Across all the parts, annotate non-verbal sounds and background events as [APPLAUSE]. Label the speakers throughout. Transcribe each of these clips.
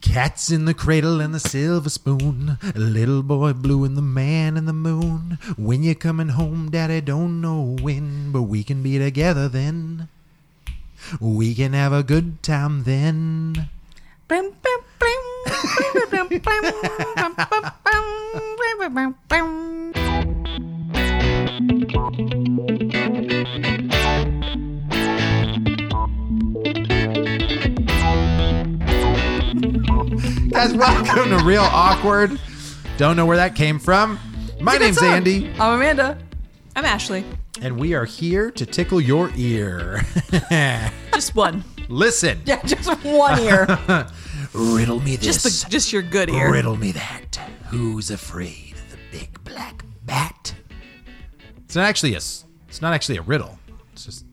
Speaker 1: Cats in the cradle and the silver spoon. A little boy blue and the man in the moon. When you're coming home, Daddy, don't know when, but we can be together then. We can have a good time then.
Speaker 2: Blim, blim, blim, blim, blim, blim, blim, blim, blim, blim, blim, blim, blim, blim.
Speaker 1: Guys, welcome to Real Awkward. Don't know where that came from. My name's
Speaker 2: song.
Speaker 1: Andy,
Speaker 2: I'm Amanda.
Speaker 3: I'm Ashley.
Speaker 1: and we are here to tickle your ear. [LAUGHS]
Speaker 3: Just one.
Speaker 1: Listen,
Speaker 2: [LAUGHS] Yeah, just one ear.
Speaker 1: riddle me this.
Speaker 3: [LAUGHS] Just the, just your good ear.
Speaker 1: Riddle me that. Who's afraid of the big black bat? It's not actually a. s- It's not actually a riddle. It's just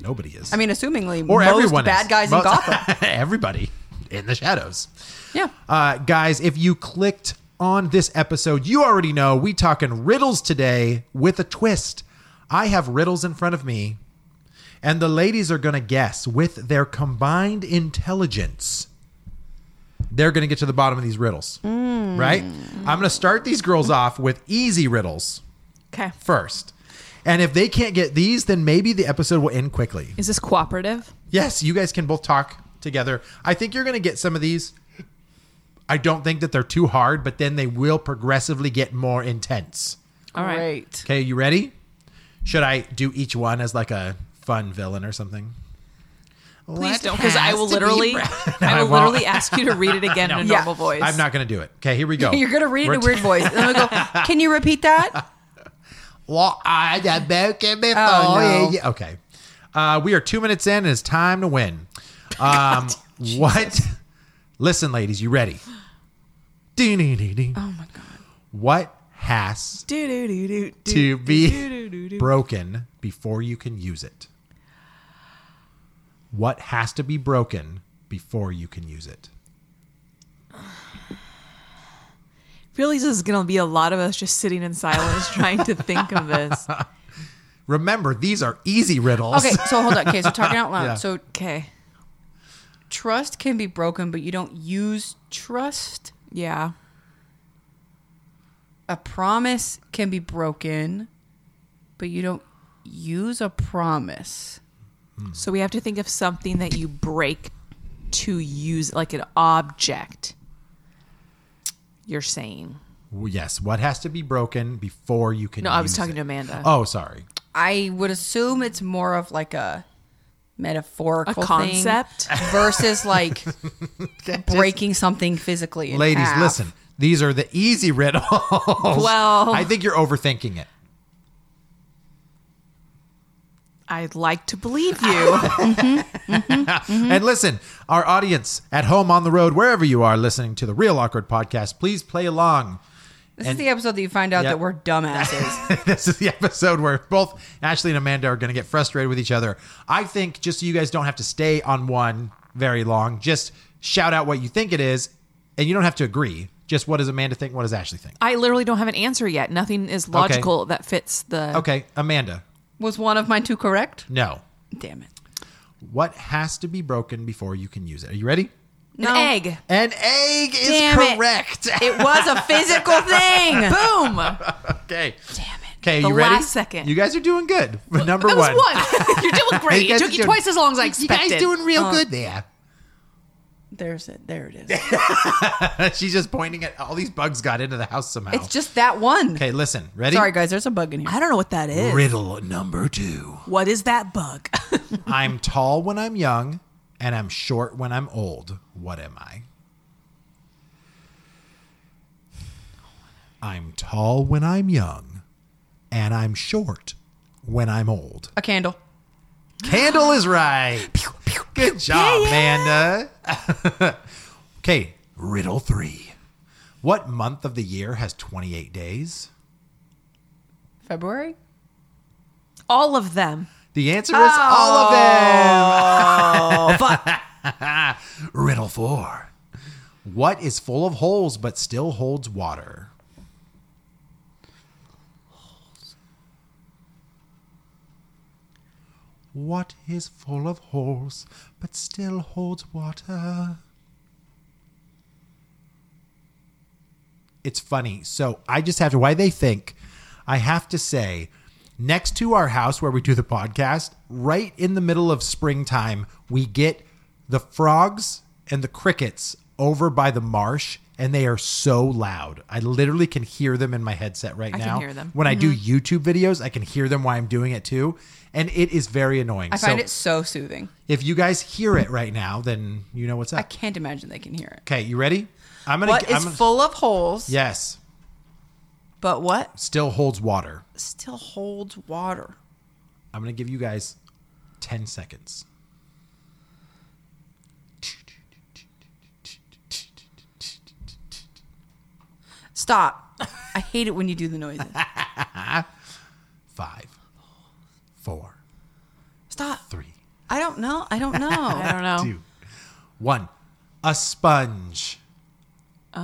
Speaker 1: nobody is.
Speaker 2: I mean, assumingly,
Speaker 1: or
Speaker 2: most
Speaker 1: everyone.
Speaker 2: bad
Speaker 1: is.
Speaker 2: guys in
Speaker 1: Most- [LAUGHS]
Speaker 2: Gotham.
Speaker 1: everybody in the shadows.
Speaker 2: Yeah.
Speaker 1: Uh, guys, if you clicked on this episode, you already know we talking riddles today with a twist. I have riddles in front of me, and the ladies are gonna guess with their combined intelligence. They're gonna get to the bottom of these riddles, right? I'm gonna start these girls off with easy riddles
Speaker 3: Okay.
Speaker 1: first, and if they can't get these, then maybe the episode will end quickly.
Speaker 3: Is this cooperative?
Speaker 1: Yes, you guys can both talk together. I think you're going to get some of these. I don't think that they're too hard, but then they will progressively get more intense.
Speaker 3: All right.
Speaker 2: Great.
Speaker 1: Okay, you ready? Should I do each one as like a fun villain or something?
Speaker 3: Please don't, because I will literally, [LAUGHS] I
Speaker 1: I
Speaker 3: will
Speaker 1: won't.
Speaker 3: literally ask you to read it
Speaker 1: [LAUGHS]
Speaker 3: again in a
Speaker 2: Yeah.
Speaker 3: normal voice.
Speaker 1: I'm not going to do it. Okay, here we go.
Speaker 2: [LAUGHS] You're gonna read
Speaker 1: We're
Speaker 2: in a weird voice, and I'm gonna
Speaker 1: [LAUGHS]
Speaker 2: go. Can you repeat that?
Speaker 1: Well, I got broken before.
Speaker 2: Oh,
Speaker 1: Yeah,
Speaker 2: no.
Speaker 1: yeah. Okay. Uh, we are two minutes in, and it's time to
Speaker 2: [LAUGHS]
Speaker 1: win. Um, what? Listen, ladies, you ready? [GASPS] Ding, ding, ding, ding. Oh, my God. What has
Speaker 3: Do, do, do, do, do,
Speaker 1: to
Speaker 3: do, do,
Speaker 1: be
Speaker 3: do.
Speaker 1: broken before you can use it? What has to be broken before you can use it?
Speaker 3: Really, this is gonna be a lot of us just sitting
Speaker 1: [LAUGHS]
Speaker 3: in silence trying to think of this.
Speaker 1: Remember, these are easy riddles.
Speaker 2: Okay, so hold on. Okay, so
Speaker 1: [LAUGHS]
Speaker 2: talking out loud.
Speaker 1: Yeah.
Speaker 2: So
Speaker 3: Okay.
Speaker 2: trust can be broken, but you don't use trust.
Speaker 3: Yeah.
Speaker 2: A promise can be broken, but you don't use a promise.
Speaker 3: So we have to think of something that you break to use, like an object. You're saying.
Speaker 1: Well, Yes. What has to be broken before you can
Speaker 3: No,
Speaker 1: use
Speaker 3: I was talking
Speaker 1: it?
Speaker 3: to Amanda.
Speaker 1: Oh, sorry.
Speaker 2: I would assume it's more of like a metaphorical
Speaker 3: A concept?
Speaker 2: thing versus like [LAUGHS] breaking something physically. in
Speaker 1: Ladies,
Speaker 2: half.
Speaker 1: listen. These are the easy
Speaker 3: [LAUGHS]
Speaker 1: riddles. Well, I think you're overthinking it.
Speaker 3: I'd like to believe
Speaker 1: [LAUGHS]
Speaker 3: you.
Speaker 1: Ah,
Speaker 3: Mm-hmm.
Speaker 1: And listen, our audience at home, on the road, wherever you are listening to the Real Awkward podcast, please play along.
Speaker 2: This is the episode that you find out
Speaker 1: Yep.
Speaker 2: that we're [LAUGHS]
Speaker 1: [LAUGHS]
Speaker 2: dumbasses.
Speaker 1: this is the episode where both Ashley and Amanda are going to get frustrated with each other. I think just so you guys don't have to stay on one very long, just shout out what you think it is, and you don't have to agree. Just what does Amanda think? What does Ashley think?
Speaker 3: I literally don't have an answer yet. Nothing is logical that fits the.
Speaker 1: Okay, Amanda,
Speaker 2: Was one of mine two correct?
Speaker 1: no.
Speaker 2: Damn it.
Speaker 1: What has to be broken before you can use it? Are you ready?
Speaker 2: No.
Speaker 3: An egg.
Speaker 1: An egg is
Speaker 2: Damn it.
Speaker 1: correct.
Speaker 2: It was a [LAUGHS] physical thing.
Speaker 3: Boom.
Speaker 1: [LAUGHS] okay. Damn
Speaker 2: it.
Speaker 1: Okay,
Speaker 3: The
Speaker 1: you ready?
Speaker 3: last second.
Speaker 1: You guys are doing good. [LAUGHS] Number
Speaker 3: that was
Speaker 1: one.
Speaker 3: one. [LAUGHS] You're doing great.
Speaker 1: guys
Speaker 3: It took
Speaker 1: are
Speaker 3: you
Speaker 1: doing-
Speaker 3: twice as long as I expected.
Speaker 1: You guys doing real good there. [LAUGHS]
Speaker 2: There's it. There it is.
Speaker 1: She's just pointing at all these bugs got into the house somehow.
Speaker 2: It's just that one.
Speaker 1: okay, listen. Ready?
Speaker 2: Sorry, guys. There's a bug in here.
Speaker 3: I don't know what that is.
Speaker 1: Riddle number two.
Speaker 3: What is that bug? [LAUGHS]
Speaker 1: I'm tall when I'm young, and I'm short when I'm old. What am I? I'm tall when I'm young, and I'm short when I'm old.
Speaker 2: A candle.
Speaker 1: [GASPS] Candle is right. Good job, Amanda. [LAUGHS] okay, riddle three. What month of the year has 28 days?
Speaker 2: February?
Speaker 3: All of them.
Speaker 1: The answer is all of them. [LAUGHS] riddle four. What is full of holes but still holds water? What is full of holes but still holds water? It's funny. So I just have to, why they think, I have to say, next to our house where we do the podcast, right in the middle of springtime, we get the frogs and the crickets over by the marsh. And they are so loud. I literally can hear them in my headset right
Speaker 3: I can
Speaker 1: now.
Speaker 3: hear them.
Speaker 1: When I
Speaker 2: Mm-hmm.
Speaker 1: do YouTube videos, I can hear them while I'm doing it too. And it is very annoying.
Speaker 2: I find it so soothing.
Speaker 1: If you guys hear it right now, then you know what's
Speaker 2: I
Speaker 1: up.
Speaker 2: can't imagine they can hear it.
Speaker 1: Okay, you ready? I'm gonna.
Speaker 2: What
Speaker 1: I'm
Speaker 2: is
Speaker 1: gonna-
Speaker 2: full of holes,
Speaker 1: yes,
Speaker 2: but what
Speaker 1: still holds water.
Speaker 2: still holds water?
Speaker 1: I'm gonna give you guys ten seconds.
Speaker 2: Stop. I hate it when you do the noises.
Speaker 1: Five, four,
Speaker 2: Stop.
Speaker 1: three,
Speaker 2: I don't know. I don't know.
Speaker 3: I don't know.
Speaker 1: two, one. A sponge.
Speaker 2: Oh.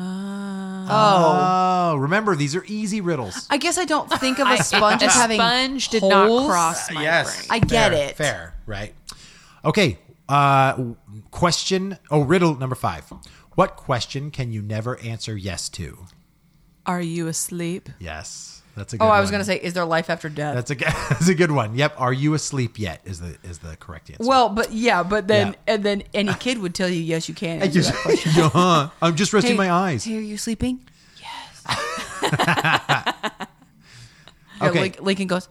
Speaker 1: Oh, remember these are easy riddles.
Speaker 2: I guess I don't think of a sponge
Speaker 3: a
Speaker 2: as having
Speaker 3: sponge did not
Speaker 2: holes.
Speaker 3: cross my brain.
Speaker 2: I get
Speaker 1: Uh, Fair,
Speaker 2: it.
Speaker 1: Fair, right? Okay. Uh, question. Oh, riddle number five. What question can you never answer yes to?
Speaker 3: Are you asleep?
Speaker 1: Yes, that's a. Good
Speaker 2: Oh, I was
Speaker 1: one.
Speaker 2: going to say, is there life after death?
Speaker 1: That's a g- [LAUGHS] that's a good one. Yep. Are you asleep yet? Is the is the correct answer?
Speaker 2: well, but yeah, but then
Speaker 1: Yeah.
Speaker 2: and then any kid would tell you, yes, you can.
Speaker 1: I
Speaker 2: answer
Speaker 1: just,
Speaker 2: [LAUGHS] that.
Speaker 1: [LAUGHS] Uh-huh. I'm just resting my eyes.
Speaker 2: Hey, are you sleeping? Yes.
Speaker 1: Okay.
Speaker 2: okay. Lincoln goes.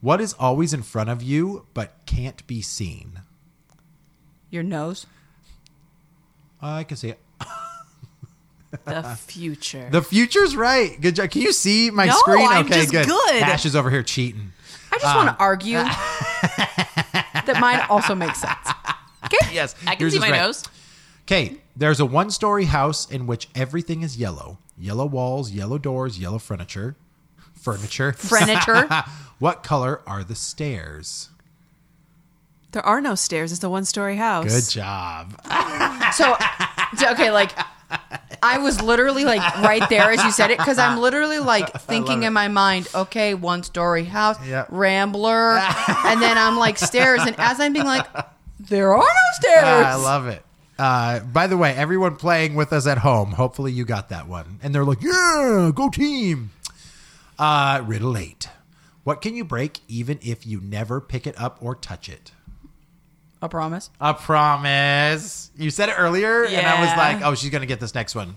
Speaker 1: What is always in front of you but can't be seen?
Speaker 2: Your nose.
Speaker 1: I can see it.
Speaker 3: The [LAUGHS] future.
Speaker 1: The future's right. Good job. Can you see my
Speaker 2: No,
Speaker 1: screen?
Speaker 2: I'm
Speaker 1: okay,
Speaker 2: just
Speaker 1: good.
Speaker 2: good.
Speaker 1: Ash is over here cheating.
Speaker 2: I just want to argue that mine also makes sense. Okay.
Speaker 1: Yes,
Speaker 3: I can
Speaker 1: yours
Speaker 3: see
Speaker 1: is
Speaker 3: my
Speaker 1: right.
Speaker 3: nose.
Speaker 1: Okay, there's a one story house in which everything is yellow yellow walls, yellow doors, yellow furniture. Furniture.
Speaker 2: [LAUGHS] Furniture.
Speaker 1: [LAUGHS] what color are the stairs?
Speaker 3: There are no stairs. It's a one-story house.
Speaker 1: Good job.
Speaker 2: So, so, okay, like I was literally like right there as you said it because I'm
Speaker 1: [LAUGHS]
Speaker 2: literally like thinking in my mind, okay, one story house,
Speaker 1: Yep. [LAUGHS]
Speaker 2: rambler, and then I'm like stairs, and as I'm being like, there are no stairs.
Speaker 1: Ah, I love it. Uh, by the way, everyone playing with us at home, hopefully you got that one. And they're like, yeah, go team. Uh, riddle eight. What can you break even if you never pick it up or touch it?
Speaker 2: I promise.
Speaker 1: A promise. You said it earlier, and I was
Speaker 3: Yeah.
Speaker 1: like, oh, she's going to get this next one.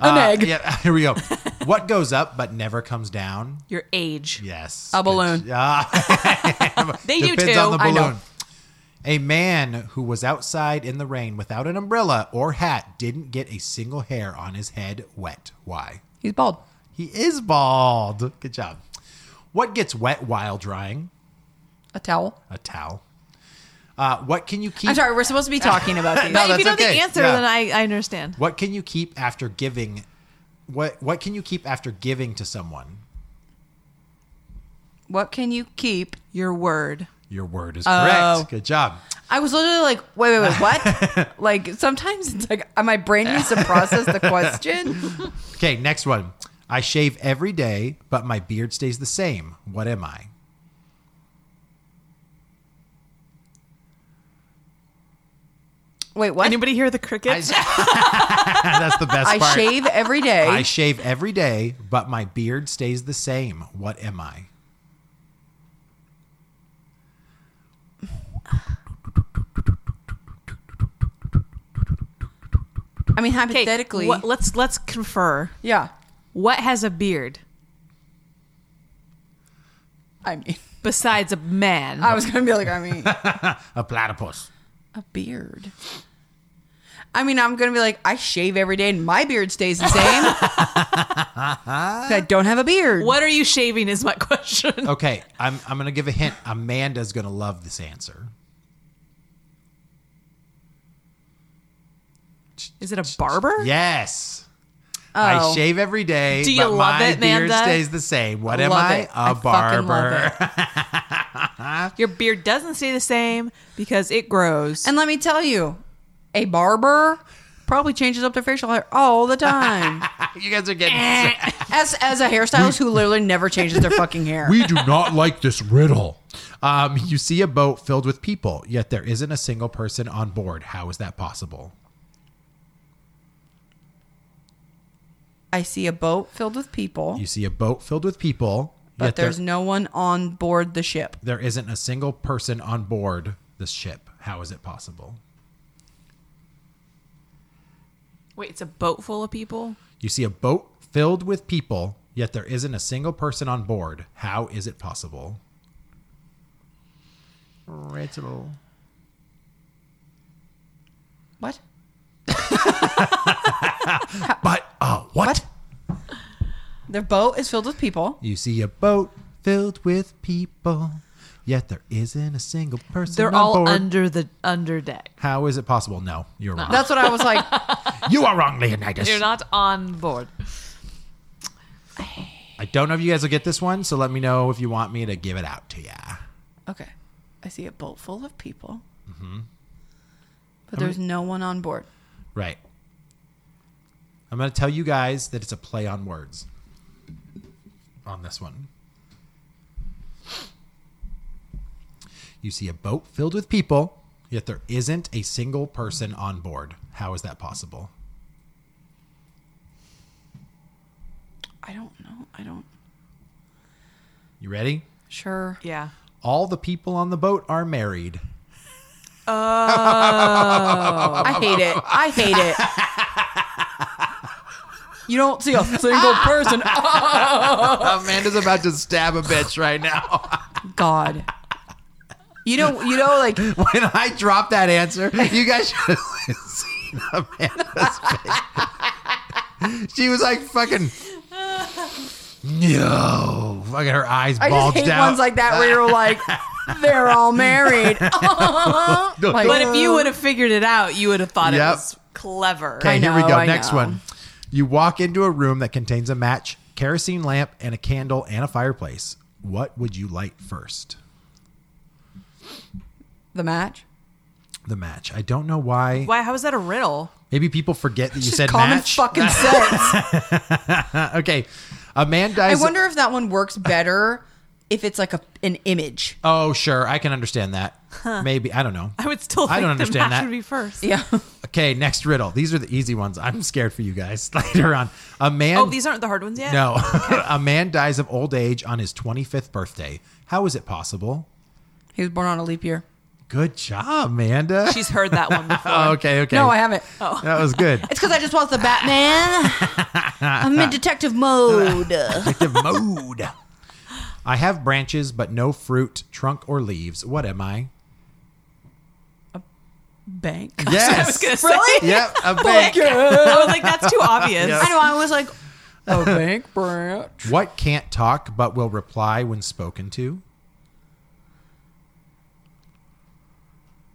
Speaker 2: An
Speaker 1: Uh,
Speaker 2: egg.
Speaker 1: Yeah, [LAUGHS] here we go. what goes up but never comes down?
Speaker 3: Your age.
Speaker 1: Yes.
Speaker 2: A balloon.
Speaker 1: [LAUGHS] Yeah.
Speaker 3: They do
Speaker 1: Depends
Speaker 3: too.
Speaker 1: on the
Speaker 2: I know.
Speaker 1: balloon. A man who was outside in the rain without an umbrella or hat didn't get a single hair on his head wet. Why?
Speaker 2: He's bald.
Speaker 1: He is bald. Good job. What gets wet while drying?
Speaker 2: A towel.
Speaker 1: A towel. Uh, what can you keep?
Speaker 2: I'm sorry. We're supposed to be talking about these.
Speaker 1: No,
Speaker 3: if
Speaker 1: that's
Speaker 3: you know
Speaker 1: okay.
Speaker 3: the answer,
Speaker 1: Yeah.
Speaker 3: then I, I understand.
Speaker 1: What can you keep after giving? What What can you keep after giving to someone?
Speaker 2: What can you keep?
Speaker 3: Your word.
Speaker 1: Your word is correct.
Speaker 2: Oh.
Speaker 1: Good job.
Speaker 2: I was literally like, wait, wait, wait, what?
Speaker 1: [LAUGHS]
Speaker 2: like sometimes it's like my brain needs to process the question.
Speaker 1: Okay, next one. I shave every day, but my beard stays the same. What am
Speaker 2: [LAUGHS]
Speaker 1: I?
Speaker 2: Wait, what?
Speaker 3: Anybody hear the
Speaker 1: [LAUGHS]
Speaker 3: crickets?
Speaker 1: That's the best
Speaker 2: I
Speaker 1: part.
Speaker 2: shave every day.
Speaker 1: I shave every day, but my beard stays the same. What am I?
Speaker 2: I mean,
Speaker 3: Okay,
Speaker 2: hypothetically,
Speaker 3: what- let's let's confer.
Speaker 2: yeah.
Speaker 3: What has a beard
Speaker 2: I mean, [LAUGHS]
Speaker 3: besides a man?
Speaker 2: I was gonna be like, I
Speaker 1: [LAUGHS]
Speaker 2: mean,
Speaker 1: A platypus.
Speaker 2: a beard. I mean, I'm gonna be like, I shave every day, and my beard stays
Speaker 1: [LAUGHS]
Speaker 2: the same. 'Cause I don't have a beard.
Speaker 3: what are you shaving? Is my [LAUGHS] question.
Speaker 1: Okay, I'm I'm gonna give a hint. Amanda's gonna love this answer.
Speaker 3: Is it a barber?
Speaker 1: Yes.
Speaker 2: Oh.
Speaker 1: I shave every day.
Speaker 3: Do you
Speaker 1: but
Speaker 3: love
Speaker 1: my
Speaker 3: it,
Speaker 1: beard
Speaker 3: Amanda?
Speaker 1: stays the same. What am
Speaker 2: Love
Speaker 1: I?
Speaker 2: it.
Speaker 1: A
Speaker 2: I fucking love
Speaker 1: barber.
Speaker 2: it.
Speaker 3: Your beard doesn't stay the same because it
Speaker 2: [LAUGHS]
Speaker 3: grows.
Speaker 2: And let me tell you, a barber probably changes up their facial hair all
Speaker 1: [LAUGHS]
Speaker 2: the time.
Speaker 1: [LAUGHS] You guys are
Speaker 2: Eh.
Speaker 1: getting.
Speaker 2: as as a hairstylist who literally never changes
Speaker 1: [LAUGHS]
Speaker 2: their fucking hair.
Speaker 1: we do not like this riddle. Um, you see a boat filled with people, yet there isn't a single person on board. How is that possible?
Speaker 2: I see a boat filled with people,
Speaker 1: You see a boat filled with people,
Speaker 2: but
Speaker 1: yet there-
Speaker 2: there's no one on board the ship.
Speaker 1: there isn't a single person on board this ship. How is it possible?
Speaker 3: Wait, it's a boat full of people?
Speaker 1: You see a boat filled with people, yet there isn't a single person on board. How is it possible? Riddle.
Speaker 2: What?
Speaker 1: But uh, what?
Speaker 2: What? Their boat is filled with people.
Speaker 1: You see a boat filled with people, yet there isn't a single person
Speaker 3: They're
Speaker 1: on
Speaker 3: all
Speaker 1: board.
Speaker 3: under the under deck.
Speaker 1: How is it possible? No, you're wrong.
Speaker 2: That's what I was like.
Speaker 1: you are wrong, Leonidas.
Speaker 3: They're not on board.
Speaker 1: I don't know if you guys will get this one, so let me know if you want me to give it out to ya.
Speaker 2: Okay, I see a boat full of people,
Speaker 1: Mm-hmm.
Speaker 2: but there's no one on board.
Speaker 1: Right. I'm going to tell you guys that it's a play on words on this one. You see a boat filled with people, yet there isn't a single person on board. How is that possible?
Speaker 2: I don't know. I don't.
Speaker 1: You ready?
Speaker 2: Sure.
Speaker 3: Yeah.
Speaker 1: All the people on the boat are married.
Speaker 2: I hate it. I hate it.
Speaker 1: [LAUGHS]
Speaker 2: You don't see a single
Speaker 3: Ah!
Speaker 2: person. Oh,
Speaker 1: Amanda's about to stab a bitch right now.
Speaker 2: God. You know, you know, like
Speaker 1: when I dropped that answer, you guys should have [LAUGHS] seen Amanda's face. she was like fucking. No, fucking her eyes
Speaker 2: I just
Speaker 1: bulged
Speaker 2: hate
Speaker 1: out.
Speaker 2: ones like that where you're like, they're
Speaker 1: [LAUGHS]
Speaker 2: all married. [LAUGHS] Like-
Speaker 3: But if you would have figured it out, you would have thought
Speaker 1: Yep.
Speaker 3: it was clever.
Speaker 1: okay,
Speaker 2: I
Speaker 1: here we
Speaker 2: know,
Speaker 1: go.
Speaker 2: I
Speaker 1: Next
Speaker 2: know.
Speaker 1: one. You walk into a room that contains a match, kerosene lamp, and a candle and a fireplace. What would you light first?
Speaker 2: the match.
Speaker 1: The match. I don't know why.
Speaker 3: Why? How is that a riddle?
Speaker 1: Maybe people forget that you said
Speaker 2: Common
Speaker 1: match. [LAUGHS]
Speaker 2: fucking sense.
Speaker 1: Uh, okay, a man
Speaker 2: I
Speaker 1: dies.
Speaker 2: wonder if that one works better if it's like a an image.
Speaker 1: oh, sure, I can understand that. Maybe I don't know.
Speaker 3: I would still. Think
Speaker 1: I don't
Speaker 3: the
Speaker 1: understand
Speaker 3: match
Speaker 1: that.
Speaker 3: Would be first.
Speaker 2: Yeah.
Speaker 1: Okay, next riddle. These are the easy ones. I'm scared for you guys [LAUGHS] later on. A man.
Speaker 3: Oh, these aren't the hard ones yet.
Speaker 1: no, [LAUGHS] a man dies of old age on his 25th birthday. How is it possible?
Speaker 2: He was born on a leap year.
Speaker 1: Good job, Amanda. [LAUGHS]
Speaker 3: she's heard that one before.
Speaker 1: Oh, okay, okay.
Speaker 2: [LAUGHS] No, I haven't.
Speaker 1: [LAUGHS] That was
Speaker 2: [LAUGHS]
Speaker 1: good.
Speaker 2: It's because I just watched the Batman. I'm in detective mode.
Speaker 1: Detective mode. I have branches, but no fruit, trunk, or leaves. What am I?
Speaker 2: Bank. [LAUGHS]
Speaker 1: Yes.
Speaker 3: I was gonna say.
Speaker 2: Really?
Speaker 1: Yep,
Speaker 2: [LAUGHS]
Speaker 1: a bank.
Speaker 3: I was like, that's too obvious.
Speaker 1: Yeah.
Speaker 2: I know. I was like, a bank branch.
Speaker 1: What can't talk but will reply when spoken to?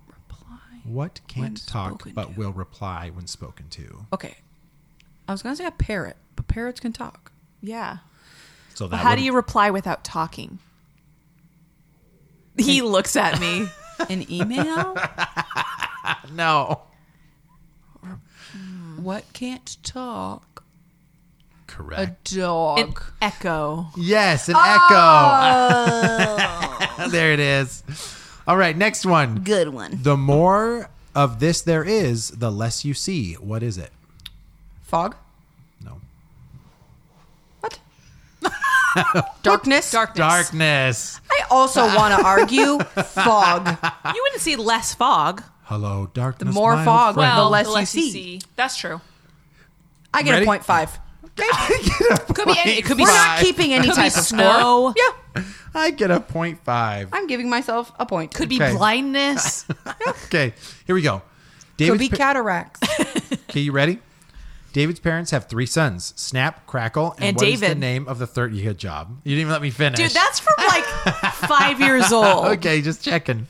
Speaker 2: Reply.
Speaker 1: What
Speaker 2: When
Speaker 1: can't talk
Speaker 2: spoken
Speaker 1: but
Speaker 2: to.
Speaker 1: will reply when spoken to?
Speaker 2: Okay. I was gonna say a parrot, but parrots can talk.
Speaker 3: Yeah.
Speaker 1: So that
Speaker 3: Well, how
Speaker 1: would-
Speaker 3: do you reply without talking? He looks at me.
Speaker 2: An email?
Speaker 1: [LAUGHS] no.
Speaker 2: what can't talk? A
Speaker 1: Correct.
Speaker 2: dog.
Speaker 3: An
Speaker 1: [LAUGHS]
Speaker 3: echo.
Speaker 1: yes, an
Speaker 2: [LAUGHS]
Speaker 1: echo. [LAUGHS] there it is. All right, next one.
Speaker 2: Oh! Good one.
Speaker 1: The more of this there is, the less you see. What is it?
Speaker 2: Fog.
Speaker 1: No.
Speaker 2: What? Darkness.
Speaker 3: Darkness.
Speaker 1: Darkness.
Speaker 2: I also want to argue fog.
Speaker 3: You wouldn't see less fog.
Speaker 1: Hello, darkness.
Speaker 2: more
Speaker 1: my old
Speaker 2: fog,
Speaker 1: friend.
Speaker 2: Well, the less you see.
Speaker 3: That's true.
Speaker 2: I get
Speaker 1: Ready?
Speaker 2: a point five.
Speaker 1: [LAUGHS]
Speaker 3: Could be. Any, it could be.
Speaker 2: We're
Speaker 1: Five.
Speaker 2: not keeping any
Speaker 3: Could be
Speaker 2: type
Speaker 3: [LAUGHS]
Speaker 2: of
Speaker 3: snow.
Speaker 2: score. Yeah,
Speaker 1: [LAUGHS] I get a point five.
Speaker 2: I'm giving myself a point.
Speaker 3: Could be
Speaker 1: Okay.
Speaker 3: blindness.
Speaker 1: Okay, here we go.
Speaker 2: could
Speaker 1: David's
Speaker 2: be
Speaker 1: pa-
Speaker 2: cataracts.
Speaker 1: Okay, you ready? David's parents have three sons: Snap, Crackle, and,
Speaker 3: And
Speaker 1: what is the
Speaker 3: David.
Speaker 1: name of the third? You good job. You didn't even let me finish,
Speaker 3: [LAUGHS] Dude, that's from like five years old.
Speaker 1: okay, just checking.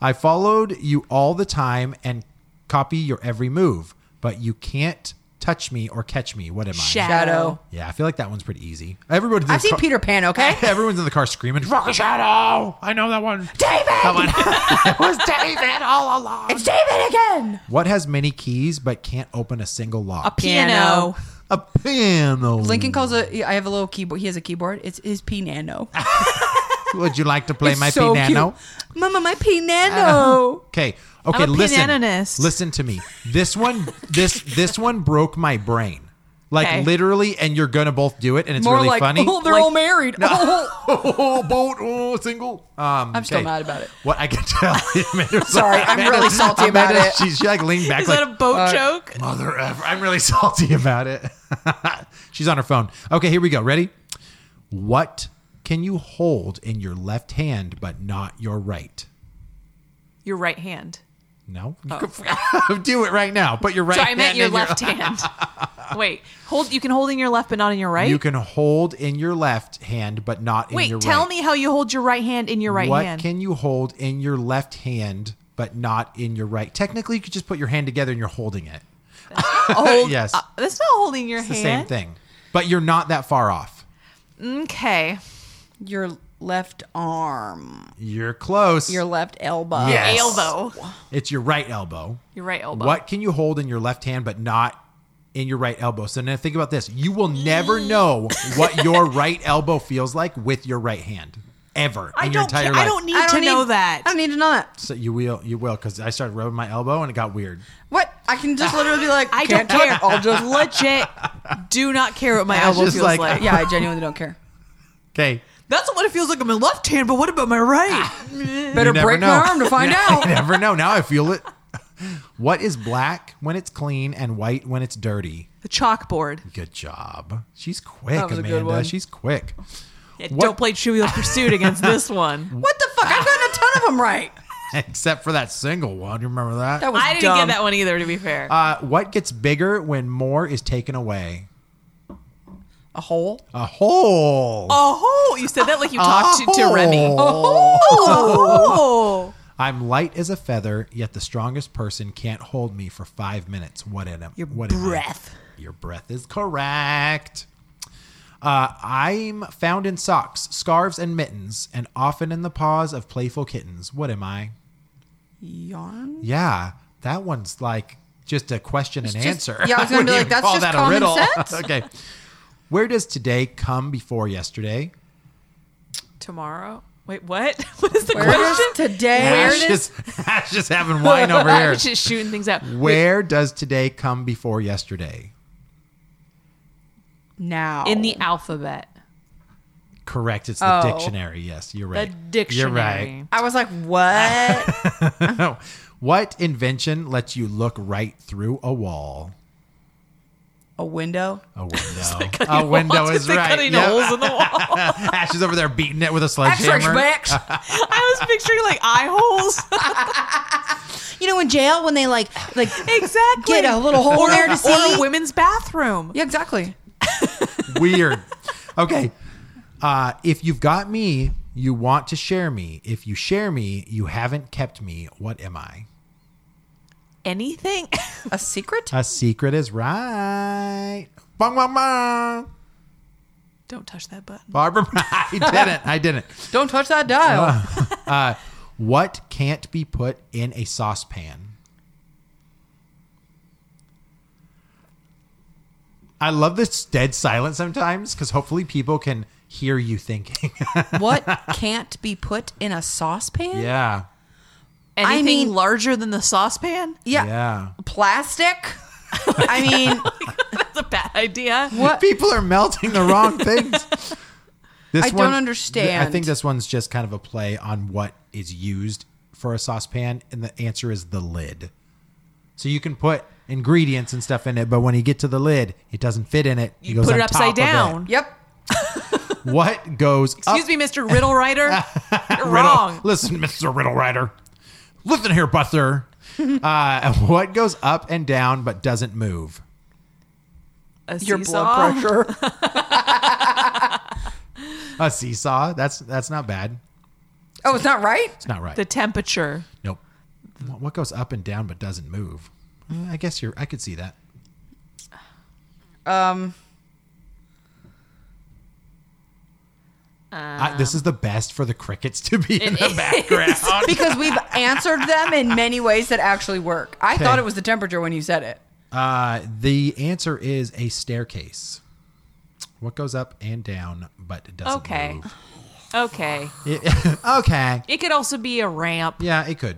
Speaker 1: I followed you all the time and copy your every move, but you can't touch me or catch me. What am I?
Speaker 2: Shadow.
Speaker 3: Shadow.
Speaker 1: Yeah, I feel like that one's pretty easy. Everybody's
Speaker 2: I've
Speaker 1: in
Speaker 2: seen
Speaker 1: the
Speaker 2: Peter Pan. Okay.
Speaker 1: car- [LAUGHS] everyone's in the car screaming, "Fuck a shadow!" I know that one.
Speaker 2: David. [LAUGHS]
Speaker 1: [LAUGHS] it was David all along.
Speaker 2: It's David again.
Speaker 1: What has many keys but can't open a single
Speaker 3: A
Speaker 1: lock?
Speaker 3: piano.
Speaker 2: Piano.
Speaker 1: A, piano.
Speaker 2: Lincoln calls a. I have a little keyboard. He has a keyboard. It's his P Nano.
Speaker 1: Would you like to play
Speaker 2: It's
Speaker 1: my
Speaker 2: so
Speaker 1: piano?
Speaker 2: cute. Mama, my P Nano.
Speaker 1: Okay. Okay,
Speaker 3: I'm a
Speaker 1: listen.
Speaker 3: pianonist.
Speaker 1: Listen to me. This one this this one broke my brain. Like
Speaker 3: Okay.
Speaker 1: literally, and you're gonna both do it, and it's
Speaker 2: More
Speaker 1: really
Speaker 2: like,
Speaker 1: funny.
Speaker 2: oh, they're
Speaker 3: Like-
Speaker 2: all married.
Speaker 3: [LAUGHS]
Speaker 2: Oh,
Speaker 1: [LAUGHS] oh, boat, oh, single. Um,
Speaker 2: I'm still
Speaker 1: okay.
Speaker 2: mad about it.
Speaker 1: What I can [LAUGHS] tell. Amanda's
Speaker 2: Sorry, I'm
Speaker 1: Amanda-
Speaker 2: really salty about
Speaker 1: Amanda,
Speaker 2: it.
Speaker 1: She's she, like leaned back.
Speaker 3: Is
Speaker 1: like,
Speaker 3: that a boat joke?
Speaker 1: Mother ever. I'm really [LAUGHS] salty about it. [LAUGHS] She's on her phone. Okay, here we go. Ready? What can you hold in your left hand but not your right?
Speaker 3: Your right hand.
Speaker 1: No. [LAUGHS] Do it right now. Put your right
Speaker 3: So Oh. I
Speaker 1: hand
Speaker 3: meant your
Speaker 1: in
Speaker 2: [LAUGHS]
Speaker 3: left hand. Wait, hold. You can hold in your left, but not in your right.
Speaker 1: You can hold in your left hand but not in
Speaker 3: Wait,
Speaker 1: your
Speaker 3: tell
Speaker 1: right.
Speaker 3: me how you hold your right hand in your right
Speaker 1: what
Speaker 3: hand.
Speaker 1: can you hold in your left hand but not in your right? Technically, you could just put your hand together and you're holding it.
Speaker 3: [LAUGHS]
Speaker 1: [LAUGHS]
Speaker 3: Hold-
Speaker 1: yes.
Speaker 3: uh, that's not holding your
Speaker 1: It's the same
Speaker 3: hand.
Speaker 1: thing. But you're not that far off.
Speaker 3: thing. Okay.
Speaker 2: Your left arm,
Speaker 1: You're close.
Speaker 2: your left elbow.
Speaker 1: Yeah. Yes.
Speaker 3: Elbow.
Speaker 1: it's your right elbow.
Speaker 3: Your right elbow.
Speaker 1: What can you hold in your left hand but not in your right elbow? So now think about this. You will never know what your right elbow feels like with your right hand ever
Speaker 3: I
Speaker 1: in your
Speaker 3: don't.
Speaker 1: entire
Speaker 3: Care.
Speaker 1: life.
Speaker 3: I don't need to know that.
Speaker 2: I don't need to know that.
Speaker 1: So you will, you will, because I started rubbing my elbow and it got weird.
Speaker 2: What? I can just literally be like,
Speaker 3: [LAUGHS] I
Speaker 2: can't
Speaker 3: don't
Speaker 2: talk.
Speaker 3: care.
Speaker 2: I'll just.
Speaker 3: Legit, do not care what my
Speaker 1: Ash
Speaker 3: elbow
Speaker 1: is
Speaker 3: feels
Speaker 1: like-
Speaker 3: like.
Speaker 2: Yeah, I genuinely don't care.
Speaker 1: Okay,
Speaker 3: That's what it feels like on my left hand, but what about my right?
Speaker 2: Better
Speaker 1: never
Speaker 2: break
Speaker 1: know.
Speaker 2: my arm to
Speaker 1: [LAUGHS]
Speaker 2: find
Speaker 1: you
Speaker 2: out.
Speaker 1: never know. Now I feel it. [LAUGHS] What is black when it's clean and white when it's dirty?
Speaker 3: the chalkboard.
Speaker 1: Good job. She's quick,
Speaker 2: was a good
Speaker 1: Amanda.
Speaker 2: one.
Speaker 1: She's quick.
Speaker 3: Yeah,
Speaker 1: What-
Speaker 3: Don't play Trivial Pursuit against [LAUGHS] this one.
Speaker 2: What the fuck? I've gotten a ton of them
Speaker 3: [LAUGHS]
Speaker 2: right.
Speaker 1: [LAUGHS] Except for that single one. You remember that?
Speaker 2: That was
Speaker 3: I didn't
Speaker 2: dumb.
Speaker 3: get that one either. To be fair,
Speaker 1: Uh, what gets bigger when more is taken away?
Speaker 2: A hole.
Speaker 1: A hole.
Speaker 3: oh, you said that like you talked to, to
Speaker 1: hole.
Speaker 3: Remy. Oh,
Speaker 1: I'm light as a feather, yet the strongest person can't hold me for five minutes. What am
Speaker 3: your
Speaker 1: what am I?
Speaker 3: breath.
Speaker 1: Your breath is correct. Uh, I'm found in socks, scarves, and mittens, and often in the paws of playful kittens. What am I?
Speaker 2: Yarn.
Speaker 3: [LAUGHS]
Speaker 1: Yeah, that one's like just a question and
Speaker 2: just-
Speaker 1: answer.
Speaker 2: yeah, I
Speaker 1: [LAUGHS]
Speaker 2: was gonna
Speaker 1: wouldn't even
Speaker 2: be like, that's
Speaker 1: call
Speaker 2: just
Speaker 1: that a
Speaker 2: common
Speaker 1: riddle. [LAUGHS]
Speaker 2: sense.
Speaker 1: okay. Where does today come before yesterday?
Speaker 3: Tomorrow. Wait, what? [LAUGHS] What is the
Speaker 2: Where
Speaker 3: question?
Speaker 2: does today?
Speaker 1: Ash,
Speaker 2: Where does
Speaker 1: is, [LAUGHS] Ash is having
Speaker 2: [LAUGHS]
Speaker 1: wine
Speaker 3: [LAUGHS]
Speaker 1: over
Speaker 3: I
Speaker 1: here.
Speaker 3: was just shooting things out.
Speaker 1: Where does today come before yesterday?
Speaker 2: now?
Speaker 3: in the alphabet?
Speaker 1: Correct. It's the
Speaker 2: Oh.
Speaker 1: dictionary. Yes, you're
Speaker 3: The
Speaker 1: right.
Speaker 3: dictionary. [LAUGHS]
Speaker 2: I was like, what?
Speaker 1: You're right. [LAUGHS] what invention lets you look right through a wall?
Speaker 2: a window.
Speaker 1: A
Speaker 2: [LAUGHS]
Speaker 1: window. a window
Speaker 3: Walls
Speaker 1: is
Speaker 3: with the
Speaker 1: right.
Speaker 3: Cutting
Speaker 1: Yep.
Speaker 3: holes in the wall.
Speaker 1: [LAUGHS] Ash is over there beating it with a sledgehammer.
Speaker 3: Uh, I was picturing like eye holes.
Speaker 2: You know, in jail when they like, like,
Speaker 3: [LAUGHS] exactly.
Speaker 2: Get a little hole
Speaker 3: or,
Speaker 2: there to
Speaker 3: Or
Speaker 2: see.
Speaker 3: a women's bathroom.
Speaker 2: yeah, exactly.
Speaker 1: Weird. Okay. Uh, if you've got me, you want to share me. If you share me, you haven't kept me. What am I?
Speaker 3: Anything. [LAUGHS]
Speaker 2: A secret.
Speaker 1: A secret is right. Bong, bong, bong.
Speaker 3: Don't touch that button.
Speaker 1: Barbara, [LAUGHS] I didn't. I didn't.
Speaker 2: [LAUGHS] Don't touch that dial.
Speaker 1: What can't be put in a saucepan? I love this dead silence sometimes because hopefully people can hear you thinking. [LAUGHS]
Speaker 2: what can't be put in a saucepan?
Speaker 1: yeah.
Speaker 3: Anything
Speaker 2: mean-
Speaker 3: larger than the saucepan? [LAUGHS]
Speaker 2: Yeah.
Speaker 1: Yeah.
Speaker 2: Plastic. [LAUGHS] I mean,
Speaker 3: That's a bad idea.
Speaker 2: what?
Speaker 1: People are melting the
Speaker 3: [LAUGHS]
Speaker 1: wrong things. This
Speaker 2: I don't understand.
Speaker 1: I think this one's just kind of a play on what is used for a saucepan, and the answer is the lid. So you can put ingredients and stuff in it, but when you get to the lid, it doesn't fit in it. It
Speaker 3: You
Speaker 1: goes
Speaker 3: put it
Speaker 1: on top
Speaker 3: upside
Speaker 1: of
Speaker 3: down.
Speaker 2: Yep.
Speaker 1: What goes
Speaker 3: Excuse
Speaker 1: up?
Speaker 3: me, Mr. Riddle Writer.
Speaker 1: [LAUGHS]
Speaker 3: You're
Speaker 1: Riddle-
Speaker 3: wrong.
Speaker 1: Listen, Mr. Riddle Rider. Listen here,
Speaker 3: [LAUGHS]
Speaker 1: Buster. uh, what goes up and down but doesn't move?
Speaker 3: A
Speaker 2: Your
Speaker 3: seesaw?
Speaker 2: blood pressure.
Speaker 1: A seesaw. That's that's not bad.
Speaker 2: Oh, it's not right.
Speaker 1: It's not right.
Speaker 3: The temperature.
Speaker 1: nope. What what goes up and down but doesn't move? Uh, I guess you're. I could see that.
Speaker 2: Um,
Speaker 1: I, this is the best for the crickets to be in [LAUGHS] the background.
Speaker 2: because we've answered them in many ways that actually work. I
Speaker 1: Okay.
Speaker 2: thought it was the temperature when you said it.
Speaker 1: [LAUGHS] uh, the answer is a staircase. What goes up and down but doesn't
Speaker 3: Okay.
Speaker 1: move?
Speaker 3: [LAUGHS] Okay.
Speaker 1: It- [LAUGHS] okay.
Speaker 3: It could also be a ramp.
Speaker 1: Yeah, it could.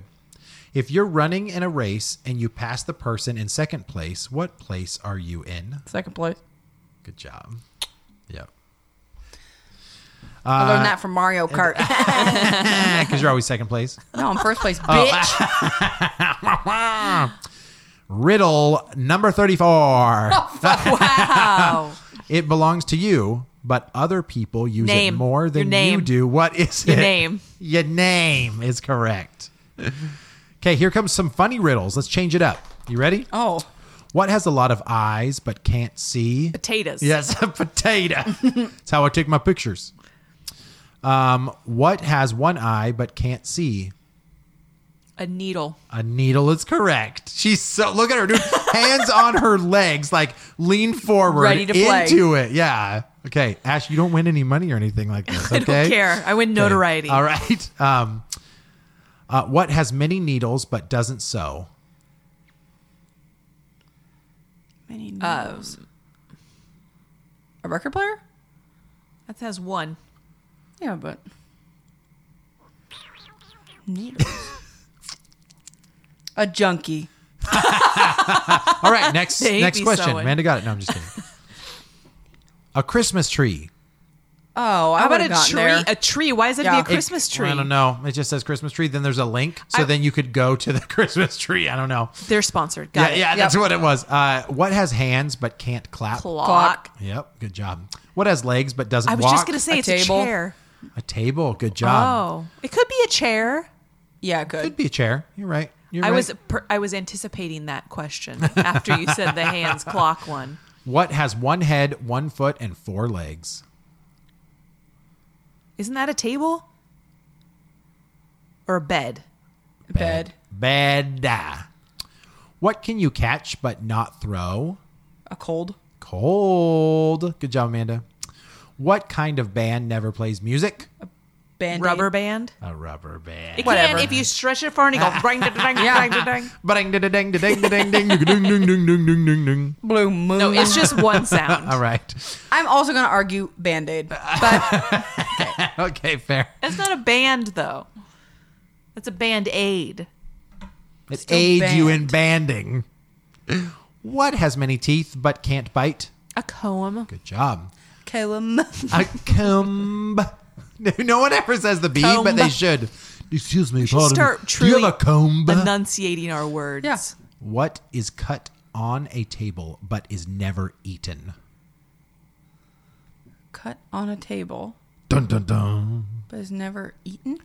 Speaker 1: If you're running in a race and you pass the person in second place, what place are you in?
Speaker 2: Second place.
Speaker 1: Good job. Yep.
Speaker 2: I learned that from Mario Kart.
Speaker 1: Because you're always second place.
Speaker 2: no, I'm first place, bitch.
Speaker 1: Riddle number
Speaker 3: [LAUGHS]
Speaker 1: 34. [LAUGHS]
Speaker 3: Wow.
Speaker 1: It belongs to you, but other people use
Speaker 3: Name.
Speaker 1: it more than
Speaker 3: Your name.
Speaker 1: you do. What is
Speaker 3: Your
Speaker 1: it?
Speaker 3: name.
Speaker 1: Your name is correct. Okay, here comes some funny riddles. Let's change it up. You ready?
Speaker 2: Oh.
Speaker 1: What has a lot of eyes but can't see?
Speaker 3: Potatoes.
Speaker 1: Yes, a potato. That's how I take my pictures. Um, what has one eye but can't see?
Speaker 3: A needle.
Speaker 1: A needle is correct. She's so look at her,
Speaker 3: [LAUGHS]
Speaker 1: dude. Hands on her legs, like lean forward
Speaker 2: Ready to play.
Speaker 1: into it. Yeah. Okay, Ash, you don't win any money or anything like this. Okay.
Speaker 3: [LAUGHS] I don't care. I win
Speaker 1: Okay.
Speaker 3: notoriety.
Speaker 1: All right. [LAUGHS] Um, uh, what has many needles but doesn't sew?
Speaker 2: Many
Speaker 3: Um,
Speaker 2: needles. a record player?
Speaker 3: that has one.
Speaker 2: Yeah, but needles. a junkie.
Speaker 1: All
Speaker 3: [LAUGHS]
Speaker 1: right. Next
Speaker 3: They
Speaker 1: next
Speaker 3: be
Speaker 1: question.
Speaker 3: sewing.
Speaker 1: Amanda got it. No, I'm just
Speaker 3: [LAUGHS]
Speaker 1: kidding. A Christmas tree.
Speaker 2: Oh, I
Speaker 3: How about
Speaker 2: would've
Speaker 3: a
Speaker 2: gotten
Speaker 3: tree?
Speaker 2: there.
Speaker 3: A tree. Why is it
Speaker 2: Yeah.
Speaker 3: be a Christmas
Speaker 1: It-
Speaker 3: tree?
Speaker 1: I don't know. It just says Christmas tree. Then there's a link, so
Speaker 3: I-
Speaker 1: then you could go to the [LAUGHS] Christmas tree. I don't know.
Speaker 3: They're sponsored. Got
Speaker 1: yeah,
Speaker 3: it.
Speaker 1: yeah, that's
Speaker 2: Yep.
Speaker 1: what it was. Uh, what has hands but can't clap?
Speaker 3: Clock.
Speaker 1: Yep, good job. What has legs but doesn't
Speaker 3: I was
Speaker 1: walk? Um,
Speaker 3: just gonna say
Speaker 2: a
Speaker 3: it's
Speaker 2: table.
Speaker 3: a chair.
Speaker 1: a table. Good job.
Speaker 3: oh, it could be a chair.
Speaker 2: yeah,
Speaker 1: Could
Speaker 2: good.
Speaker 1: be a chair. You're right. You're
Speaker 3: Oh. I
Speaker 1: right.
Speaker 3: was per, I was anticipating that question after you said the hands clock one.
Speaker 1: What has one head, one foot, and four legs?
Speaker 3: Isn't that a table or a bed?
Speaker 2: Bed.
Speaker 1: Bed. Bed. What can you catch but not throw?
Speaker 2: A cold.
Speaker 1: Cold. Good job, Amanda. What kind of band never plays music?
Speaker 2: Band.
Speaker 3: Rubber band.
Speaker 1: A rubber band.
Speaker 3: It
Speaker 2: Whatever.
Speaker 3: can if you stretch it far and you go dang dang dang
Speaker 2: Yeah.
Speaker 3: dang dang.
Speaker 1: Bang da da dang da dang da dang ding ding ding ding ding ding ding ding ding.
Speaker 3: [LAUGHS]
Speaker 2: Blue moon.
Speaker 3: No, it's just one [LAUGHS] sound.
Speaker 1: All right. [LAUGHS]
Speaker 2: I'm also gonna argue band aid. But
Speaker 3: [LAUGHS]
Speaker 1: Okay, fair.
Speaker 3: That's not a band though. That's a band aid.
Speaker 1: It
Speaker 2: Still
Speaker 1: aids you in
Speaker 2: banned.
Speaker 1: banding. What has many teeth but can't bite?
Speaker 3: A comb.
Speaker 1: Good job.
Speaker 2: Calum.
Speaker 1: A comb. [LAUGHS] No one ever says the B, but
Speaker 3: Comb.
Speaker 1: they should. Excuse me, pardon.
Speaker 3: Start
Speaker 1: me.
Speaker 3: truly
Speaker 1: Do you have a comb?
Speaker 3: enunciating our words.
Speaker 2: Yeah.
Speaker 1: what is cut on a table but is never eaten?
Speaker 2: Cut on a table,
Speaker 1: Dun dun dun.
Speaker 2: but is never eaten.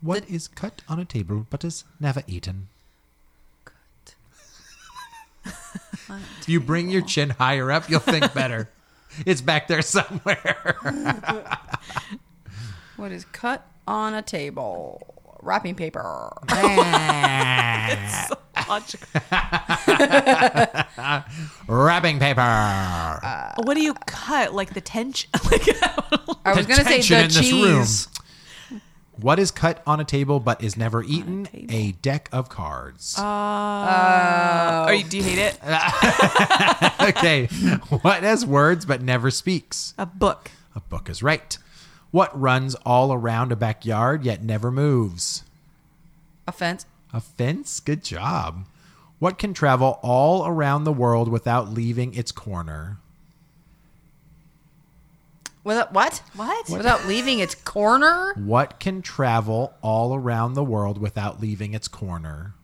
Speaker 1: What is cut on a table but is never eaten?
Speaker 2: Cut.
Speaker 1: If [LAUGHS] you bring your chin higher up, you'll think better. it's back there somewhere.
Speaker 2: What is cut on a table? Wrapping paper.
Speaker 1: [LAUGHS]
Speaker 3: Logical.
Speaker 1: Wrapping paper.
Speaker 3: What do you cut? Like the tension? [LAUGHS] Like,
Speaker 2: I was gonna
Speaker 1: Tension
Speaker 2: say the
Speaker 1: in this room.
Speaker 2: cheese.
Speaker 1: What is cut on a table but is never eaten? A, deck of cards.
Speaker 2: Oh.
Speaker 3: are you, do you hate it?
Speaker 1: [LAUGHS] okay. what has words but never speaks?
Speaker 3: A book.
Speaker 1: A book is right. What runs all around a backyard yet never moves?
Speaker 2: Offense.
Speaker 1: A fence? Good job. What can travel all around the world without leaving its corner?
Speaker 2: Without what?
Speaker 3: What?
Speaker 2: Without leaving its corner.
Speaker 1: What can travel all around the world without leaving its corner?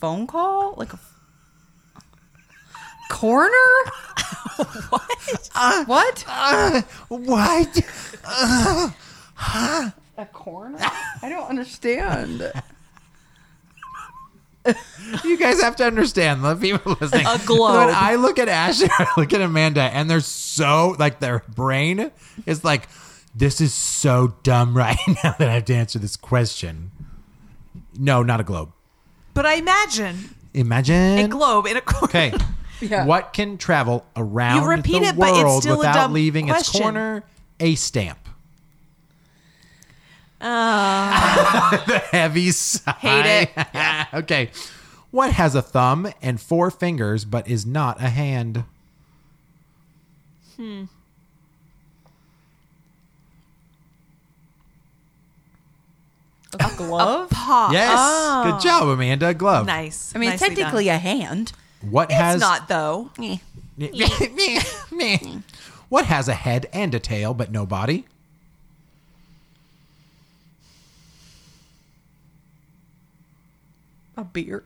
Speaker 2: phone call? Like a corner? [LAUGHS] what? what?
Speaker 1: Uh, [LAUGHS] What?
Speaker 2: A corner? I don't understand.
Speaker 1: You guys have to understand the people [LAUGHS] listening.
Speaker 3: A globe.
Speaker 1: When I look at Ash, [LAUGHS] I look at Amanda, and they're so like their brain is like, this is so dumb right [LAUGHS] now that I have to answer this question. No, not a globe.
Speaker 3: But I imagine
Speaker 1: Imagine
Speaker 3: a globe in a corner.
Speaker 1: Okay.
Speaker 3: [LAUGHS]
Speaker 2: Yeah.
Speaker 1: What can travel around
Speaker 3: You repeat
Speaker 1: the
Speaker 3: it, but it's
Speaker 1: world
Speaker 3: still a
Speaker 1: without
Speaker 3: dumb
Speaker 1: leaving its
Speaker 3: question.
Speaker 1: corner? A stamp.
Speaker 3: Uh,
Speaker 1: [LAUGHS] The heavy sigh.
Speaker 3: Hate it.
Speaker 1: [LAUGHS] okay. What has a thumb and four fingers but is not a hand?
Speaker 2: [LAUGHS] A glove?
Speaker 3: paw.
Speaker 1: Yes.
Speaker 3: Oh,
Speaker 1: Good job, Amanda. Glove.
Speaker 3: nice.
Speaker 2: I mean,
Speaker 3: Nicely
Speaker 2: technically a hand.
Speaker 1: What
Speaker 3: done.
Speaker 1: [LAUGHS] has
Speaker 3: it's not though.
Speaker 2: Eh.
Speaker 1: what has a head and a tail but no body?
Speaker 2: A beer.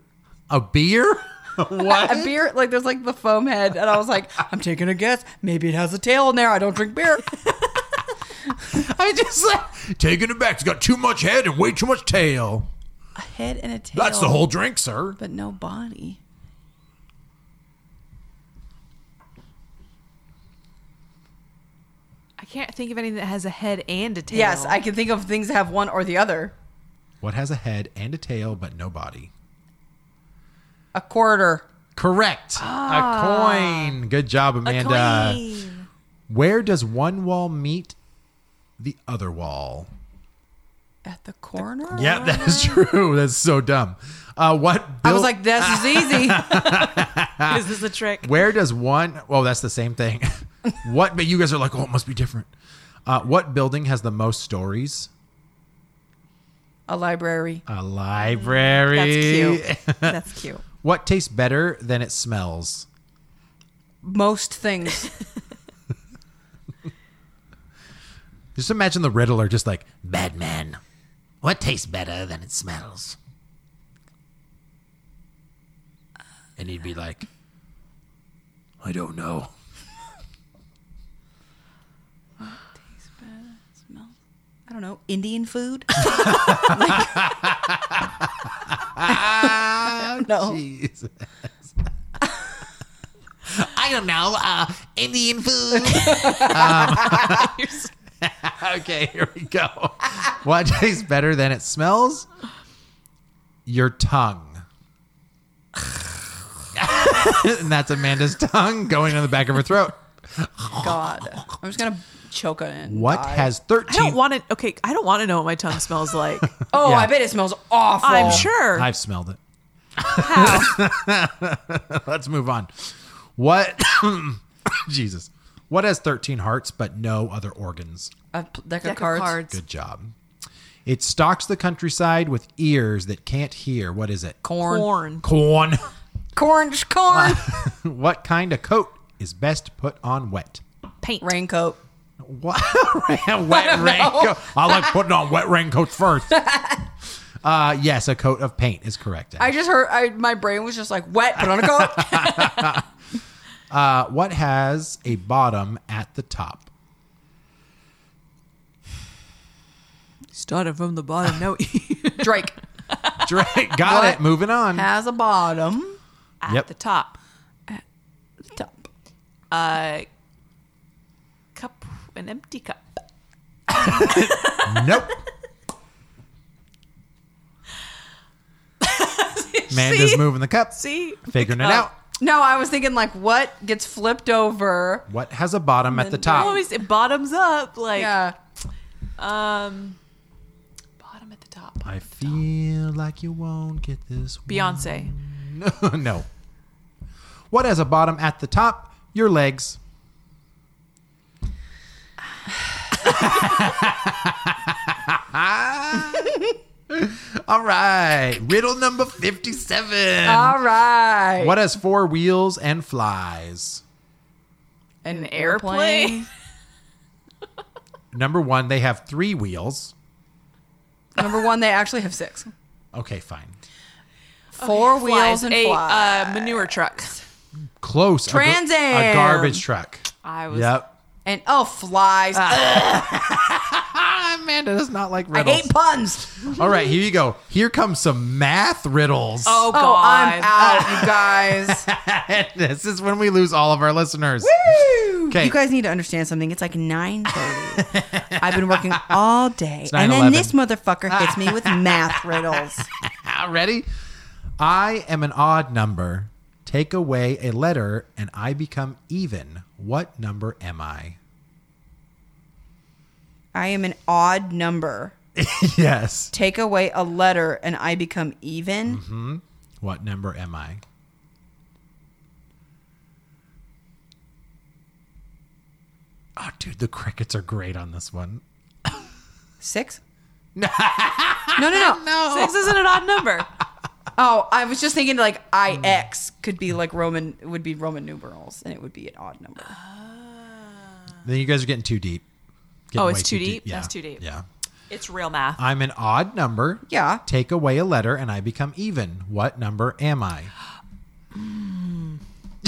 Speaker 1: A beer? [LAUGHS] what?
Speaker 2: A beer, like there's like the foam head, and I was like, I'm taking a guess. Maybe it has a tail in there. I don't drink beer.
Speaker 1: I just like, taking it back. It's got too much head and way too much tail.
Speaker 2: [LAUGHS] a head and a tail.
Speaker 1: That's the whole drink, sir.
Speaker 2: But no body.
Speaker 3: I can't think of anything that has a head and a tail.
Speaker 2: Yes, I can think of things that have one or the other.
Speaker 1: What has a head and a tail but no body?
Speaker 2: A quarter.
Speaker 1: Correct. A coin. Good job, Amanda.
Speaker 3: Clean.
Speaker 1: Where does one wall meet the other wall?
Speaker 2: At the corner?
Speaker 1: Yeah, that is true. That's so dumb. Uh, what
Speaker 2: I
Speaker 1: built-
Speaker 2: was like, this
Speaker 1: [LAUGHS]
Speaker 2: is easy.
Speaker 1: ah.
Speaker 3: Is this a trick?
Speaker 1: Where does one? Well, that's the same thing. [LAUGHS] what? But you guys are like, oh, it must be different. Uh, what building has the most stories?
Speaker 2: a library.
Speaker 1: A library. [LAUGHS]
Speaker 3: That's cute. That's cute.
Speaker 1: What tastes better than it smells?
Speaker 2: Most things.
Speaker 1: Just imagine the Riddler, just like Batman. What tastes better than it smells? And he'd be like, I don't know.
Speaker 2: I don't know. Indian food? no.
Speaker 1: Jeez. [LAUGHS] I don't know. Uh, Indian food. um, okay, here we go. What tastes better than it smells? Your tongue. [LAUGHS] and that's Amanda's tongue going in the back of her throat.
Speaker 2: God. I'm just going to choke on it. and
Speaker 1: What
Speaker 2: die.
Speaker 1: has 13?
Speaker 3: I don't want to. Okay, I don't want to know what my tongue smells
Speaker 1: [LAUGHS]
Speaker 3: like.
Speaker 2: Oh,
Speaker 1: Yeah.
Speaker 2: I bet it smells awful.
Speaker 3: I'm sure.
Speaker 1: I've smelled it. [LAUGHS] Let's move on. What? [COUGHS] Jesus. What has 13 hearts but no other organs?
Speaker 2: A p- deck, of
Speaker 3: Deck of
Speaker 2: cards.
Speaker 3: cards.
Speaker 1: Good job. It stalks the countryside with ears that can't hear. What is it?
Speaker 2: Corn.
Speaker 3: Corn.
Speaker 1: Corn. [LAUGHS]
Speaker 2: Corn. sh- Corn.
Speaker 1: what kind of coat is best put on wet?
Speaker 3: Paint.
Speaker 2: Raincoat.
Speaker 3: [LAUGHS]
Speaker 1: What? [LAUGHS] wet raincoat. I like putting on wet raincoats
Speaker 3: [LAUGHS]
Speaker 1: first. uh, yes, a coat of paint is correct.
Speaker 2: I just heard, I, my brain was just like, wet, put on a coat.
Speaker 1: Uh, what has a bottom at the top?
Speaker 3: Started from the bottom. [LAUGHS] No.
Speaker 2: Drake
Speaker 1: Drake [LAUGHS] got
Speaker 2: What?
Speaker 1: it. Moving on.
Speaker 2: has a bottom.
Speaker 3: at
Speaker 1: Yep.
Speaker 3: the top.
Speaker 2: Top.
Speaker 3: Uh, cup. An empty cup.
Speaker 1: nope.
Speaker 3: [LAUGHS]
Speaker 1: Amanda's moving the cup,
Speaker 3: See. Oh.
Speaker 1: figuring it out.
Speaker 2: No, I was thinking like what gets flipped over.
Speaker 1: What has a bottom at the
Speaker 3: I
Speaker 1: top?
Speaker 3: Always it bottoms up. Like
Speaker 2: Yeah.
Speaker 3: um, bottom at the top.
Speaker 1: I feel like you won't get this.
Speaker 3: Beyonce.
Speaker 1: one. [LAUGHS] no. What has a bottom at the top? Your legs. [LAUGHS] All right. Riddle number 57.
Speaker 2: All right.
Speaker 1: What has four wheels and flies?
Speaker 2: An
Speaker 3: airplane?
Speaker 1: Number one, they have three wheels.
Speaker 2: Number one, they actually have six.
Speaker 1: Okay, fine.
Speaker 2: Four wheels
Speaker 3: Flies.
Speaker 2: and
Speaker 3: a
Speaker 2: flies.
Speaker 3: uh, manure truck.
Speaker 1: Close. A gar-
Speaker 2: Trans
Speaker 1: A,
Speaker 2: Am.
Speaker 1: garbage truck.
Speaker 3: I was.
Speaker 1: Yep.
Speaker 2: and oh, flies.
Speaker 1: Ah, Amanda does not like
Speaker 2: I
Speaker 1: riddles.
Speaker 2: hate puns.
Speaker 1: All right, here you go. Here comes some math riddles.
Speaker 3: Oh
Speaker 2: Oh, I'm
Speaker 3: God.
Speaker 2: out, you guys.
Speaker 1: [LAUGHS] this is when we lose all of our listeners. Okay.
Speaker 4: You guys need to understand something. It's like 9.30. I've been working all day. and then
Speaker 1: 9:11.
Speaker 4: this motherfucker hits me with math riddles.
Speaker 1: Ready? I am an odd number. Take away a letter and I become even. What number am
Speaker 3: [LAUGHS]
Speaker 1: I?
Speaker 4: I am an odd number.
Speaker 1: yes.
Speaker 4: Take away a letter and I become even.
Speaker 1: What number am I? Oh, dude, the crickets are great on this one.
Speaker 4: Six?
Speaker 2: No, no, no.
Speaker 3: Oh. Six isn't an odd number.
Speaker 2: Oh, I was just thinking like IX could be like Roman would be Roman numerals and it would be an odd number.
Speaker 1: Then you guys are getting too deep. Getting
Speaker 3: Oh,
Speaker 1: way
Speaker 3: it's too deep?
Speaker 1: Yeah.
Speaker 3: That's too deep.
Speaker 1: Yeah.
Speaker 3: [LAUGHS] It's real math.
Speaker 1: I'm an odd number.
Speaker 2: Yeah.
Speaker 1: Take away a letter and I become even. What number am I?
Speaker 2: Hmm.
Speaker 1: [LAUGHS]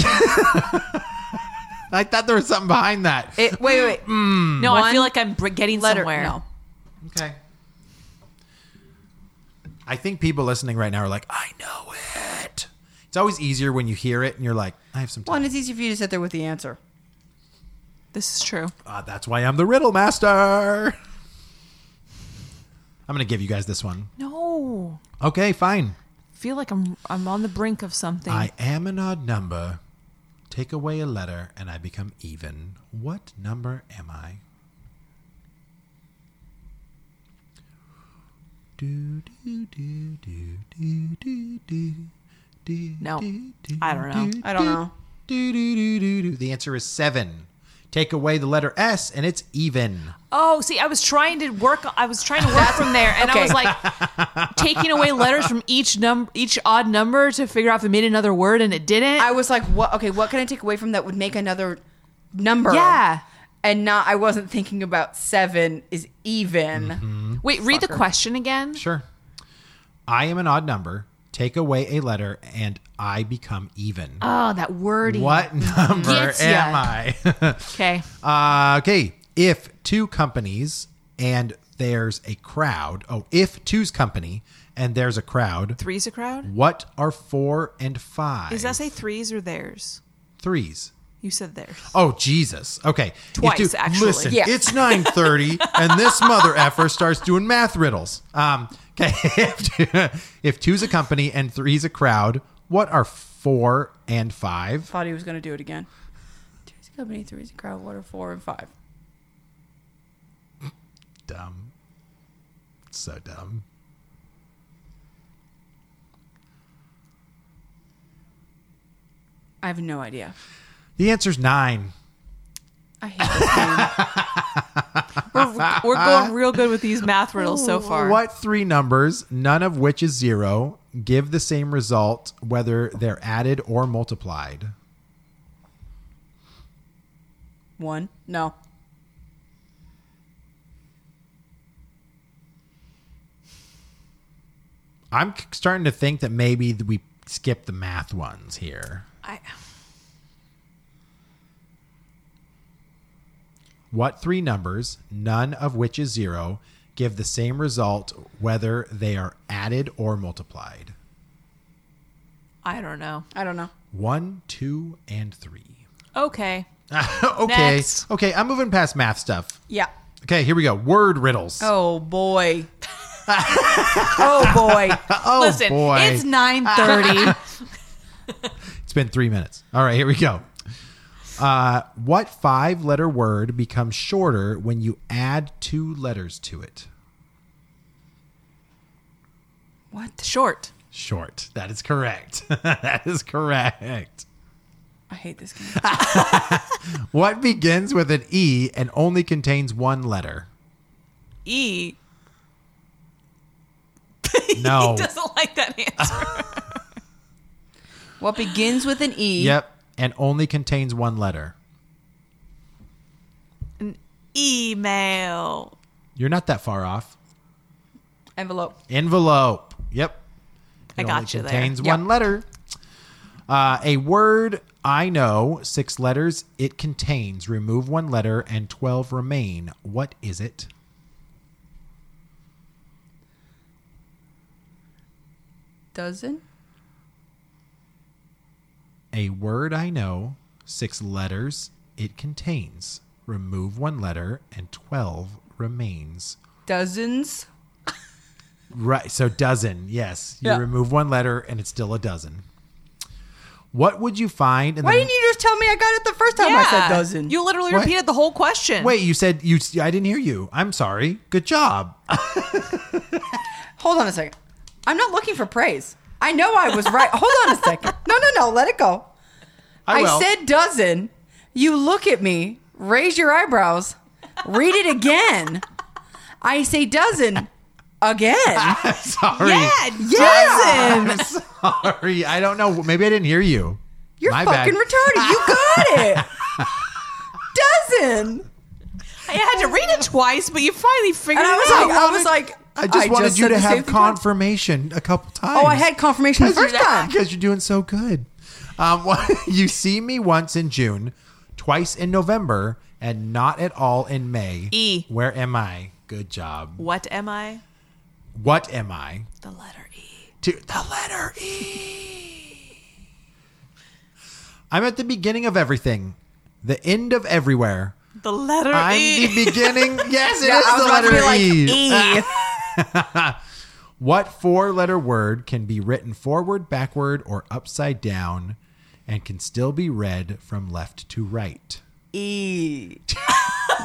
Speaker 1: I thought there was something behind that.
Speaker 2: It, wait, wait, wait.
Speaker 1: Hmm.
Speaker 3: no, I
Speaker 2: one
Speaker 3: feel like I'm br- getting
Speaker 2: letter
Speaker 3: somewhere.
Speaker 2: no.
Speaker 1: Okay. I think people listening right now are like, I know it. It's always easier when you hear it and you're like, I have some
Speaker 2: One,
Speaker 1: time.
Speaker 2: it's easy for you to sit there with the answer.
Speaker 3: This is true.
Speaker 1: Ah, that's why I'm the riddle master. I'm going to give you guys this one.
Speaker 3: No.
Speaker 1: Okay, fine.
Speaker 3: feel like I'm I'm on the brink of something.
Speaker 1: I am an odd number. Take away a letter and I become even. What number am I? Do, do, do, do, do, do, do, do,
Speaker 3: No.
Speaker 1: do, do,
Speaker 3: I don't know.
Speaker 1: do,
Speaker 2: I don't know.
Speaker 1: do, do, do, do, do. The answer is seven. Take away the letter S and it's even.
Speaker 3: oh, see, I was trying to work. I was trying to work from there, and I was like taking away letters from each number, each odd number to figure out if it made another word, and it didn't.
Speaker 2: I was like, what? Okay, what can I take away from that would make another number?
Speaker 3: Yeah.
Speaker 2: And not, I wasn't thinking about seven is even.
Speaker 3: Wait, read the question again.
Speaker 1: Sure. I am an odd number. Take away a letter and I become even.
Speaker 3: Oh, that wording.
Speaker 1: What number
Speaker 3: Gets
Speaker 1: am
Speaker 3: ya.
Speaker 1: I? [LAUGHS]
Speaker 3: Okay.
Speaker 1: Uh, okay. If two companies and there's a crowd, oh, if two's company and there's a crowd,
Speaker 3: Three's a crowd.
Speaker 1: what are four and five?
Speaker 3: Does that say threes or theirs?
Speaker 1: threes?
Speaker 3: You said
Speaker 1: [LAUGHS]
Speaker 3: theirs.
Speaker 1: Oh Jesus! Okay, If
Speaker 3: Twice,
Speaker 1: two-
Speaker 3: actually.
Speaker 1: Listen,
Speaker 2: Yeah.
Speaker 1: it's nine
Speaker 3: [LAUGHS]
Speaker 1: thirty, and this mother effer starts doing math riddles. Um, okay, [LAUGHS] if, two- if two's a company and three's a crowd, what are four and five?
Speaker 2: Thought he was going to do it again. Two's a company, three's a crowd, what are four and five?
Speaker 1: Dumb, so dumb.
Speaker 2: I have no idea.
Speaker 1: The answer's nine.
Speaker 2: I hate [LAUGHS] this game.
Speaker 3: We're, we're going real good with these math riddles so far.
Speaker 1: What three numbers, none of which is zero, give the same result whether they're added or multiplied?
Speaker 2: One? No.
Speaker 1: I'm c- starting to think that maybe th- we skip the math ones here.
Speaker 3: I,
Speaker 1: What three numbers, none of which is zero, give the same result whether they are added or multiplied?
Speaker 3: I don't know.
Speaker 2: I don't know.
Speaker 1: One, two, and three. [LAUGHS]
Speaker 3: Okay.
Speaker 1: okay.
Speaker 3: Next.
Speaker 1: Okay, I'm moving past math stuff.
Speaker 2: Yeah.
Speaker 1: Okay, here we go. Word riddles.
Speaker 2: Oh boy. [LAUGHS] oh boy.
Speaker 1: Oh,
Speaker 3: Listen,
Speaker 1: boy.
Speaker 3: it's nine
Speaker 1: [LAUGHS]
Speaker 3: thirty.
Speaker 1: It's been three minutes. All right, here we go. Uh, what five letter word becomes shorter when you add two letters to it?
Speaker 2: What?
Speaker 3: Short.
Speaker 1: Short. That is correct. [LAUGHS] that is correct.
Speaker 2: I hate this game.
Speaker 1: What begins with an E and only contains one letter?
Speaker 3: E.
Speaker 1: No.
Speaker 3: He doesn't like that answer.
Speaker 2: What begins with an E?
Speaker 1: yep. And only contains one letter.
Speaker 3: An email.
Speaker 1: You're not that far off.
Speaker 2: Envelope.
Speaker 1: Envelope. Yep.
Speaker 3: I
Speaker 1: It
Speaker 3: got
Speaker 1: only
Speaker 3: you there.
Speaker 1: contains
Speaker 2: Yeah.
Speaker 1: one letter. Uh, a word I know, six letters it contains. Remove one letter and 12 remain. What is it?
Speaker 2: Dozen?
Speaker 1: A word I know, six letters it contains. Remove one letter and 12 remains.
Speaker 2: Dozens?
Speaker 1: Right. So dozen. Yes. You
Speaker 2: Yeah.
Speaker 1: remove one letter and it's still a dozen. What would you find in
Speaker 2: Why
Speaker 1: the
Speaker 2: didn't you just tell me I got it the first time I said dozen?
Speaker 3: You literally
Speaker 1: What?
Speaker 3: repeated the whole question.
Speaker 1: Wait, you said you I didn't hear you. I'm sorry. Good job.
Speaker 2: Hold on a second. I'm not looking for praise. I know I was right. Hold on a second. No, no, no. Let it go. I,
Speaker 1: will.
Speaker 2: said dozen. You look at me, raise your eyebrows, read it again. I say dozen.
Speaker 1: [LAUGHS]
Speaker 4: again.
Speaker 1: Sorry.
Speaker 4: yeah. [LAUGHS]
Speaker 1: I'm [LAUGHS] sorry. I don't know. Maybe I didn't hear you.
Speaker 4: You're
Speaker 1: My
Speaker 4: fucking
Speaker 1: bad.
Speaker 4: retarded. You got it. Dozen.
Speaker 3: I had to read it twice, but you finally figured
Speaker 4: And I was
Speaker 3: it out.
Speaker 4: like,
Speaker 1: oh.
Speaker 4: I was like,
Speaker 1: I just wanted you
Speaker 4: said
Speaker 1: to
Speaker 4: the same
Speaker 1: have
Speaker 4: thing twice.
Speaker 1: confirmation a couple times.
Speaker 4: Oh, I had confirmation the first
Speaker 1: [LAUGHS]
Speaker 4: time.
Speaker 1: because you're doing so good. Um, [LAUGHS] you see me once in June, twice in November, and not at all in May.
Speaker 3: E.
Speaker 1: Where am I? Good job.
Speaker 3: what am I?
Speaker 1: What am I?
Speaker 3: The letter E.
Speaker 1: To the letter E. I'm at the beginning of everything, the end of everywhere.
Speaker 3: The letter
Speaker 1: I'm
Speaker 3: E.
Speaker 4: [LAUGHS]
Speaker 1: the beginning. Yes, it is
Speaker 4: Yeah, I was
Speaker 1: the E.
Speaker 4: about
Speaker 1: letter
Speaker 4: to be E. like,
Speaker 1: e. [LAUGHS] what four letter word can be written forward, backward, or upside down and can still be read from left to right?
Speaker 4: E.
Speaker 1: [LAUGHS]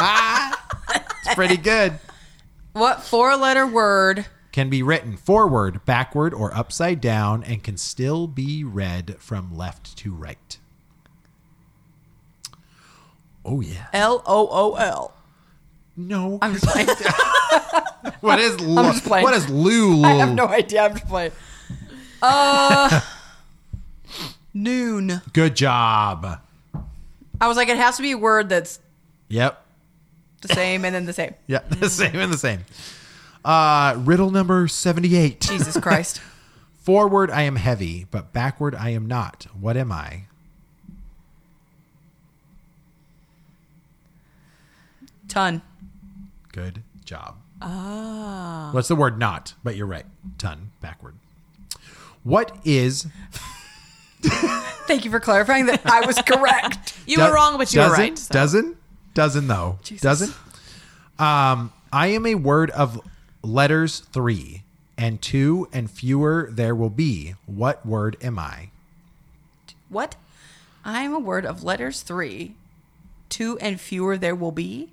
Speaker 1: It's pretty good.
Speaker 2: What four letter word?
Speaker 1: Can be written forward, backward, or upside down and can still be read from left to right. Oh, yeah.
Speaker 4: L O O L.
Speaker 1: No.
Speaker 4: I'm just playing. [LAUGHS]
Speaker 1: What is, lo-
Speaker 4: just playing.
Speaker 1: what is Lulu?
Speaker 4: I have [LAUGHS] no idea. I'm just playing. Uh,
Speaker 2: Uh,
Speaker 4: [LAUGHS] noon.
Speaker 1: Good job.
Speaker 2: I was like, it has to be a word that's
Speaker 1: Yep.
Speaker 2: the same and then the same.
Speaker 1: Yeah, [LAUGHS]
Speaker 3: Mm-hmm.
Speaker 1: the same and the same. Uh, riddle number 78.
Speaker 2: Jesus Christ.
Speaker 1: Forward, I am heavy, but backward, I am not. What am I?
Speaker 2: Ton.
Speaker 1: Good job. Ah. What's the word not? But you're right. Ton, backward. What is.
Speaker 4: Thank you for clarifying that I was correct.
Speaker 3: You were wrong, but you were
Speaker 1: dozen,
Speaker 3: right. so.
Speaker 1: Dozen? Dozen, though. Dozen? Um, I am a word of letters three, and two and fewer there will be. What word am I?
Speaker 2: What? I'm a word of letters three. Two and fewer there will be.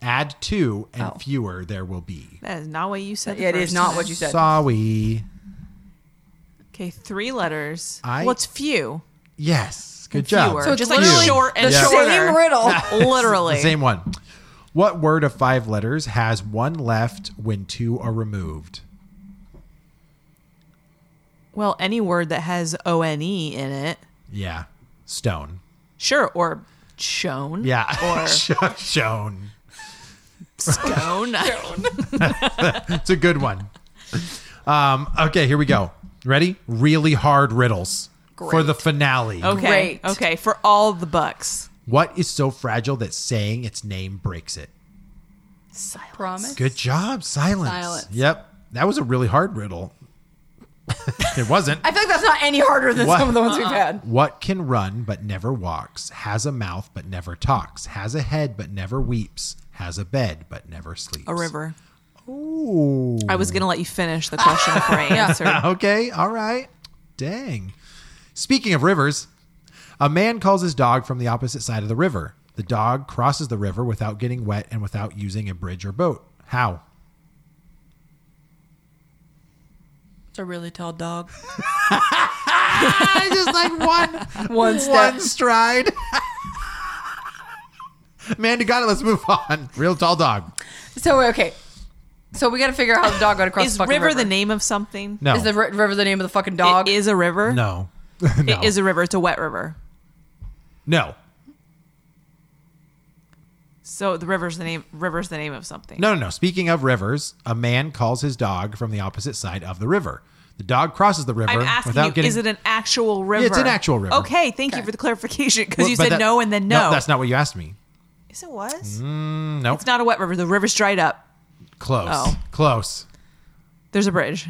Speaker 1: Add two and
Speaker 2: Oh.
Speaker 1: fewer there will be.
Speaker 3: That is not what you said. the
Speaker 2: It is
Speaker 3: first
Speaker 2: not
Speaker 3: time.
Speaker 2: what you said.
Speaker 1: Sorry.
Speaker 3: Okay, three letters.
Speaker 1: I-
Speaker 3: What's few?
Speaker 1: Yes. Good
Speaker 3: Fewer.
Speaker 1: job.
Speaker 3: So it's just like
Speaker 1: literally
Speaker 3: short and
Speaker 1: the same
Speaker 3: shorter.
Speaker 4: riddle.
Speaker 3: [LAUGHS] Literally.
Speaker 1: the same one. What word of five letters has one left when two are removed?
Speaker 3: Well, any word that has O N E in it,
Speaker 1: Yeah. Stone.
Speaker 3: sure, or shown.
Speaker 1: Yeah. [LAUGHS]
Speaker 3: Or
Speaker 1: Sho- Shown.
Speaker 3: [LAUGHS] [LAUGHS] stone.
Speaker 1: It's a good one. Um, okay, here we go. Ready? Really hard riddles for the finale.
Speaker 3: okay.
Speaker 2: Great.
Speaker 3: Okay. For all the bucks.
Speaker 1: What is so fragile that saying its name breaks it?
Speaker 3: Silence.
Speaker 2: Promise.
Speaker 1: Good job. Silence.
Speaker 2: Silence.
Speaker 1: Yep. That was a really hard riddle. [LAUGHS] it wasn't.
Speaker 4: I feel like that's not any harder than
Speaker 1: What?
Speaker 4: some of the ones we've had.
Speaker 1: What can run but never walks, has a mouth but never talks, has a head but never weeps, has a bed but never sleeps?
Speaker 3: A river.
Speaker 1: Ooh.
Speaker 3: I was gonna let you finish the question [LAUGHS] before
Speaker 1: [LAUGHS]
Speaker 3: I answered.
Speaker 1: Okay, all right. Dang. Speaking of rivers, a man calls his dog from the opposite side of the river. The dog crosses the river without getting wet and without using a bridge or boat. How?
Speaker 2: It's a really tall dog.
Speaker 1: I just like one
Speaker 4: One step.
Speaker 1: one stride. [LAUGHS] Man, you got it. Let's move on. Real tall dog.
Speaker 2: So okay. So we got to figure out how the dog got across
Speaker 3: Is
Speaker 2: the fucking
Speaker 3: river,
Speaker 2: river.
Speaker 3: the name of something?
Speaker 1: No.
Speaker 2: Is the ri- river the name of the fucking dog?
Speaker 3: It is a river.
Speaker 1: no. [LAUGHS] no.
Speaker 3: It is a river. It's a wet river.
Speaker 1: No.
Speaker 3: So the river's the name. River's the name of something.
Speaker 1: No, no, no. Speaking of rivers, a man calls his dog from the opposite side of the river. The dog crosses the river
Speaker 3: I'm asking
Speaker 1: without
Speaker 3: you,
Speaker 1: getting.
Speaker 3: is it an actual river?
Speaker 1: it's an actual river.
Speaker 3: Okay, thank you for the clarification because
Speaker 1: Well,
Speaker 3: you
Speaker 1: but
Speaker 3: said
Speaker 1: that-
Speaker 3: no and then no.
Speaker 1: That's Mm, not what you asked me.
Speaker 3: Yes, it was.
Speaker 1: No,
Speaker 3: It's not a wet river. The river's dried up.
Speaker 1: close.
Speaker 3: Oh.
Speaker 1: Close.
Speaker 3: There's a bridge.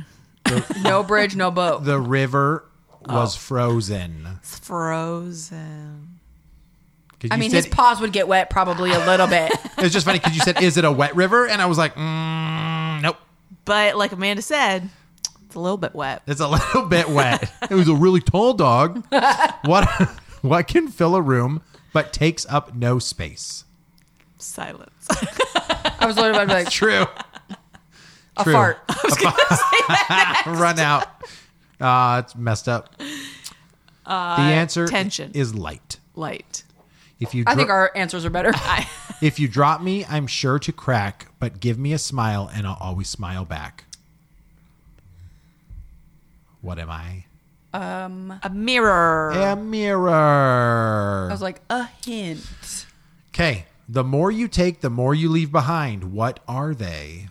Speaker 2: no bridge, no boat.
Speaker 1: The river
Speaker 3: Oh.
Speaker 1: was frozen.
Speaker 3: It's frozen.
Speaker 1: 'Cause
Speaker 2: I
Speaker 1: you
Speaker 2: mean,
Speaker 1: said,
Speaker 2: his paws would get wet probably a little bit.
Speaker 1: it's just funny because you said, "Is it a wet river?" And I was like, mm, "Nope,
Speaker 3: But like Amanda said, it's a little bit wet.
Speaker 1: it's a [LAUGHS] little bit wet." it was a really tall
Speaker 3: [LAUGHS]
Speaker 1: dog. What? What can fill a room but takes up no space?
Speaker 3: Silence. [LAUGHS]
Speaker 2: I was literally about to be like,
Speaker 1: True.
Speaker 2: a
Speaker 1: True.
Speaker 2: fart.
Speaker 1: run out. [LAUGHS] Ah, Uh, it's messed up. the answer
Speaker 3: tension.
Speaker 1: is light.
Speaker 3: Light.
Speaker 1: If you
Speaker 2: I think
Speaker 1: dro-
Speaker 2: our answers are better.
Speaker 1: if you drop me, I'm sure to crack, but give me a smile and I'll always smile back. What am I?
Speaker 3: A mirror.
Speaker 1: A mirror.
Speaker 2: I was like, a hint.
Speaker 1: Okay. The more you take, the more you leave behind. What are they?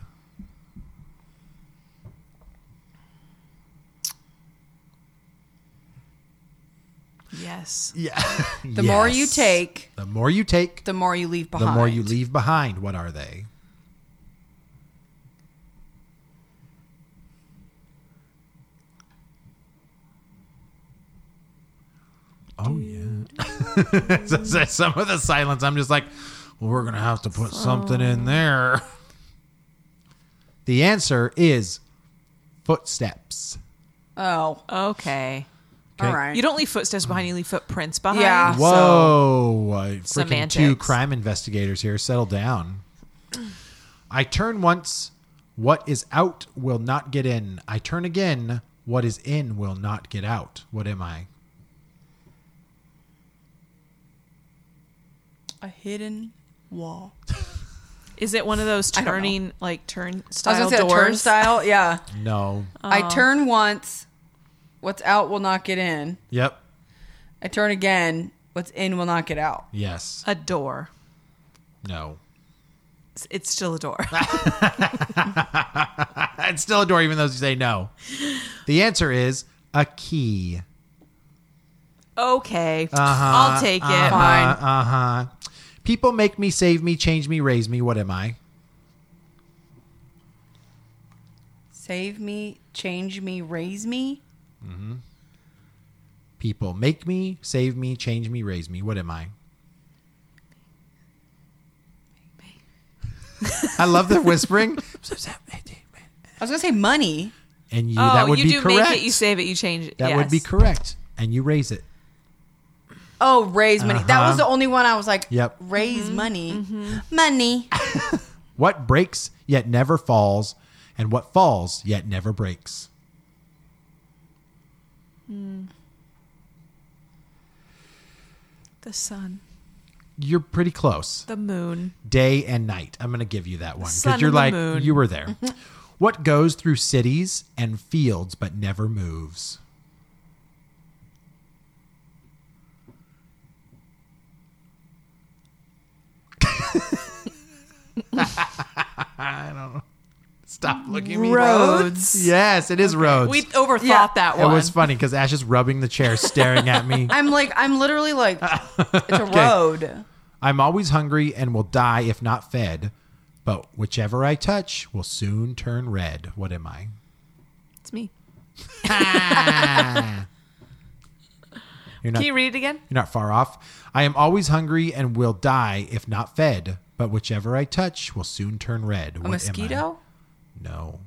Speaker 3: Yes.
Speaker 1: Yeah.
Speaker 2: The more you take,
Speaker 1: the more you take,
Speaker 2: the more you leave
Speaker 1: the
Speaker 2: behind.
Speaker 1: more you leave behind. What are they? Oh yeah. [LAUGHS] So- so Some of the silence, I'm just like, well, we're gonna have to put something in there. [LAUGHS] The answer is footsteps.
Speaker 2: Oh,
Speaker 3: Okay.
Speaker 2: all right.
Speaker 3: You don't leave footsteps behind, you leave footprints behind.
Speaker 2: Yeah.
Speaker 3: So-
Speaker 1: Whoa. uh, freaking two
Speaker 3: Semantics.
Speaker 1: crime investigators here. Settle down. I turn once. What is out will not get in. I turn again. What is in will not get out. What am I?
Speaker 2: a hidden wall.
Speaker 3: Is it one of those
Speaker 2: I don't know.
Speaker 3: turning like turnstile
Speaker 2: I was gonna say a
Speaker 3: doors?
Speaker 2: turnstile. Yeah,
Speaker 1: No.
Speaker 2: [LAUGHS] I turn once. What's out will not get in.
Speaker 1: Yep.
Speaker 2: I turn again. What's in will not get out.
Speaker 1: Yes.
Speaker 3: A door.
Speaker 1: No.
Speaker 3: It's- It's still
Speaker 1: [LAUGHS]
Speaker 3: a door.
Speaker 1: It's still a door, even though you say no. The answer is a key. Uh-huh.
Speaker 3: okay. I'll take it.
Speaker 2: Fine.
Speaker 1: Uh huh. People make me, save me, change me, raise me. What am I?
Speaker 2: Save me, change me, raise me.
Speaker 1: People make me, save me, change me, raise me. What am
Speaker 3: [LAUGHS]
Speaker 1: I? I love the whispering.
Speaker 2: I was gonna say money.
Speaker 1: And you,
Speaker 3: Oh,
Speaker 1: that would
Speaker 3: you
Speaker 1: be
Speaker 3: do
Speaker 1: correct.
Speaker 3: make it, you save it, you change it.
Speaker 1: that would be
Speaker 3: Yes.
Speaker 1: correct. And you raise it.
Speaker 2: Oh, raise money. That
Speaker 1: Uh-huh.
Speaker 2: was the only one I was like,
Speaker 1: Yep.
Speaker 2: raise money, Mm-hmm. money.
Speaker 1: What breaks yet never falls, and what falls yet never breaks.
Speaker 3: The sun,
Speaker 1: You're pretty close.
Speaker 3: the moon.
Speaker 1: Day and night. I'm going to give you that one
Speaker 3: sun
Speaker 1: because you're
Speaker 3: and the
Speaker 1: like,
Speaker 3: moon. Mm-hmm.
Speaker 1: you were there. what goes through cities and fields but never moves? [LAUGHS] Stop looking at me.
Speaker 3: Roads.
Speaker 1: Yes, it is roads.
Speaker 3: We overthought
Speaker 2: Yeah.
Speaker 3: that
Speaker 1: it
Speaker 3: one.
Speaker 1: was funny because Ash is rubbing the chair, staring at
Speaker 3: [LAUGHS]
Speaker 1: me.
Speaker 2: I'm like, I'm literally like, it's a road.
Speaker 1: I'm always hungry and will die if not fed, but whichever I touch will soon turn red. What am I?
Speaker 3: it's me.
Speaker 1: You're not,
Speaker 3: Can you
Speaker 1: you're
Speaker 3: read it again?
Speaker 1: not far off. I am always hungry and will die if not fed, but whichever I touch will soon turn red. What
Speaker 2: A
Speaker 1: am I?
Speaker 2: mosquito.
Speaker 1: No.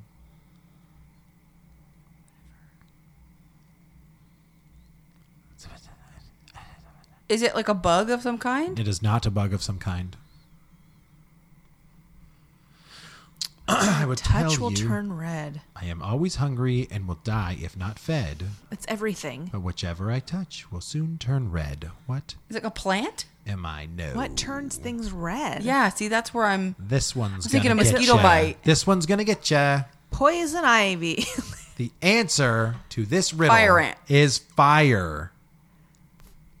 Speaker 2: Is it like a bug of some kind?
Speaker 1: It is not a bug of some kind. [CLEARS THROAT] I would
Speaker 3: Touch
Speaker 1: tell
Speaker 3: will
Speaker 1: you,
Speaker 3: turn red.
Speaker 1: I am always hungry and will die if not fed,
Speaker 3: It's everything.
Speaker 1: but whichever I touch will soon turn red. What
Speaker 2: Is it like a plant?
Speaker 1: am I? No.
Speaker 3: What turns things red?
Speaker 2: Yeah. See, that's where I'm.
Speaker 1: This one's
Speaker 2: thinking
Speaker 1: gonna
Speaker 2: a
Speaker 1: get
Speaker 2: mosquito
Speaker 1: ya.
Speaker 2: bite.
Speaker 1: This one's gonna get ya.
Speaker 3: Poison ivy. [LAUGHS]
Speaker 1: The answer to this riddle
Speaker 2: Fire ant.
Speaker 1: is fire.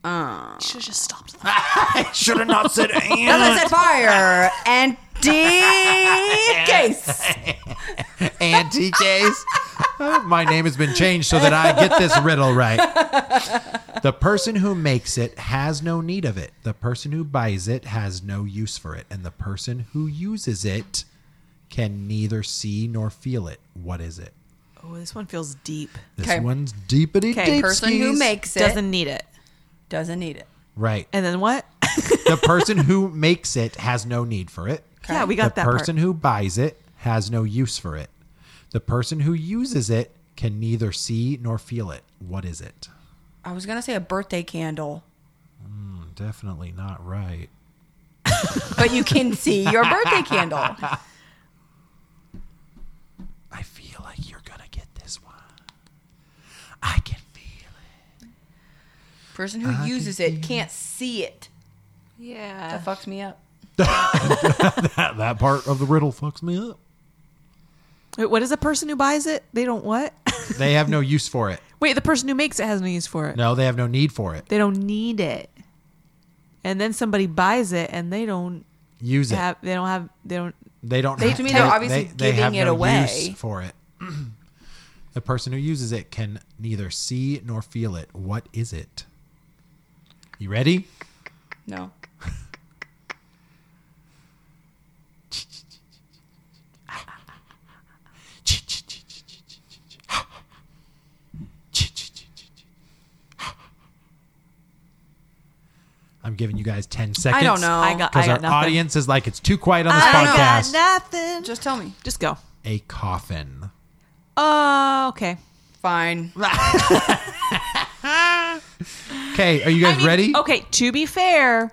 Speaker 3: Should have just stopped that.
Speaker 1: Should have not said [LAUGHS] ant.
Speaker 2: I said fire and
Speaker 3: [LAUGHS]
Speaker 2: D case.
Speaker 1: Auntie case. [LAUGHS] My name has been changed so that I get this riddle right. The person who makes it has no need of it. The person who buys it has no use for it. And the person who uses it can neither see nor feel it. What is it?
Speaker 3: Oh, this one feels deep.
Speaker 1: This
Speaker 2: Okay.
Speaker 1: one's deepity
Speaker 3: Okay,
Speaker 1: deep.
Speaker 2: Person who
Speaker 1: skis.
Speaker 2: makes it doesn't,
Speaker 3: Doesn't need it.
Speaker 2: need it.
Speaker 1: Right.
Speaker 3: And then what? [LAUGHS]
Speaker 1: The person who makes it has no need for it.
Speaker 3: Yeah, we got
Speaker 1: the
Speaker 3: that
Speaker 1: person
Speaker 3: part.
Speaker 1: who buys it has no use for it. The person who uses it can neither see nor feel it. What is it?
Speaker 2: I was gonna say a birthday candle,
Speaker 1: Definitely not right.
Speaker 2: but you can [LAUGHS] see your birthday candle.
Speaker 1: I feel like you're gonna get this one. I can feel
Speaker 3: Ah,
Speaker 2: Person who uses it can't see it.
Speaker 1: it.
Speaker 3: Yeah.
Speaker 2: That fucks me up.
Speaker 1: That, that part of the riddle fucks me up.
Speaker 3: Wait, what is the person who buys it? They don't what? [LAUGHS]
Speaker 1: They have no use for it.
Speaker 3: Wait, the person who makes it has no use for it.
Speaker 1: No, they have no need for it.
Speaker 3: They don't need it. And then somebody buys it and they don't
Speaker 1: Use it.
Speaker 3: have they don't have they don't
Speaker 1: They don't.
Speaker 2: They-
Speaker 1: have,
Speaker 2: to me, they're obviously giving
Speaker 1: have
Speaker 2: it
Speaker 1: no
Speaker 2: away.
Speaker 1: use for it. [CLEARS THROAT] the person who uses it can neither see nor feel it. What is it? You ready?
Speaker 2: No.
Speaker 1: I'm giving you guys ten seconds.
Speaker 2: I don't know.
Speaker 3: I got I
Speaker 1: Because our
Speaker 3: got nothing.
Speaker 1: audience is like, it's too quiet on this
Speaker 3: I
Speaker 1: podcast.
Speaker 3: got nothing. Just
Speaker 2: Just tell me.
Speaker 3: just go.
Speaker 1: A coffin.
Speaker 3: Oh, okay.
Speaker 2: Fine.
Speaker 1: Okay, are you guys
Speaker 3: I mean,
Speaker 1: ready?
Speaker 3: Okay, to be fair,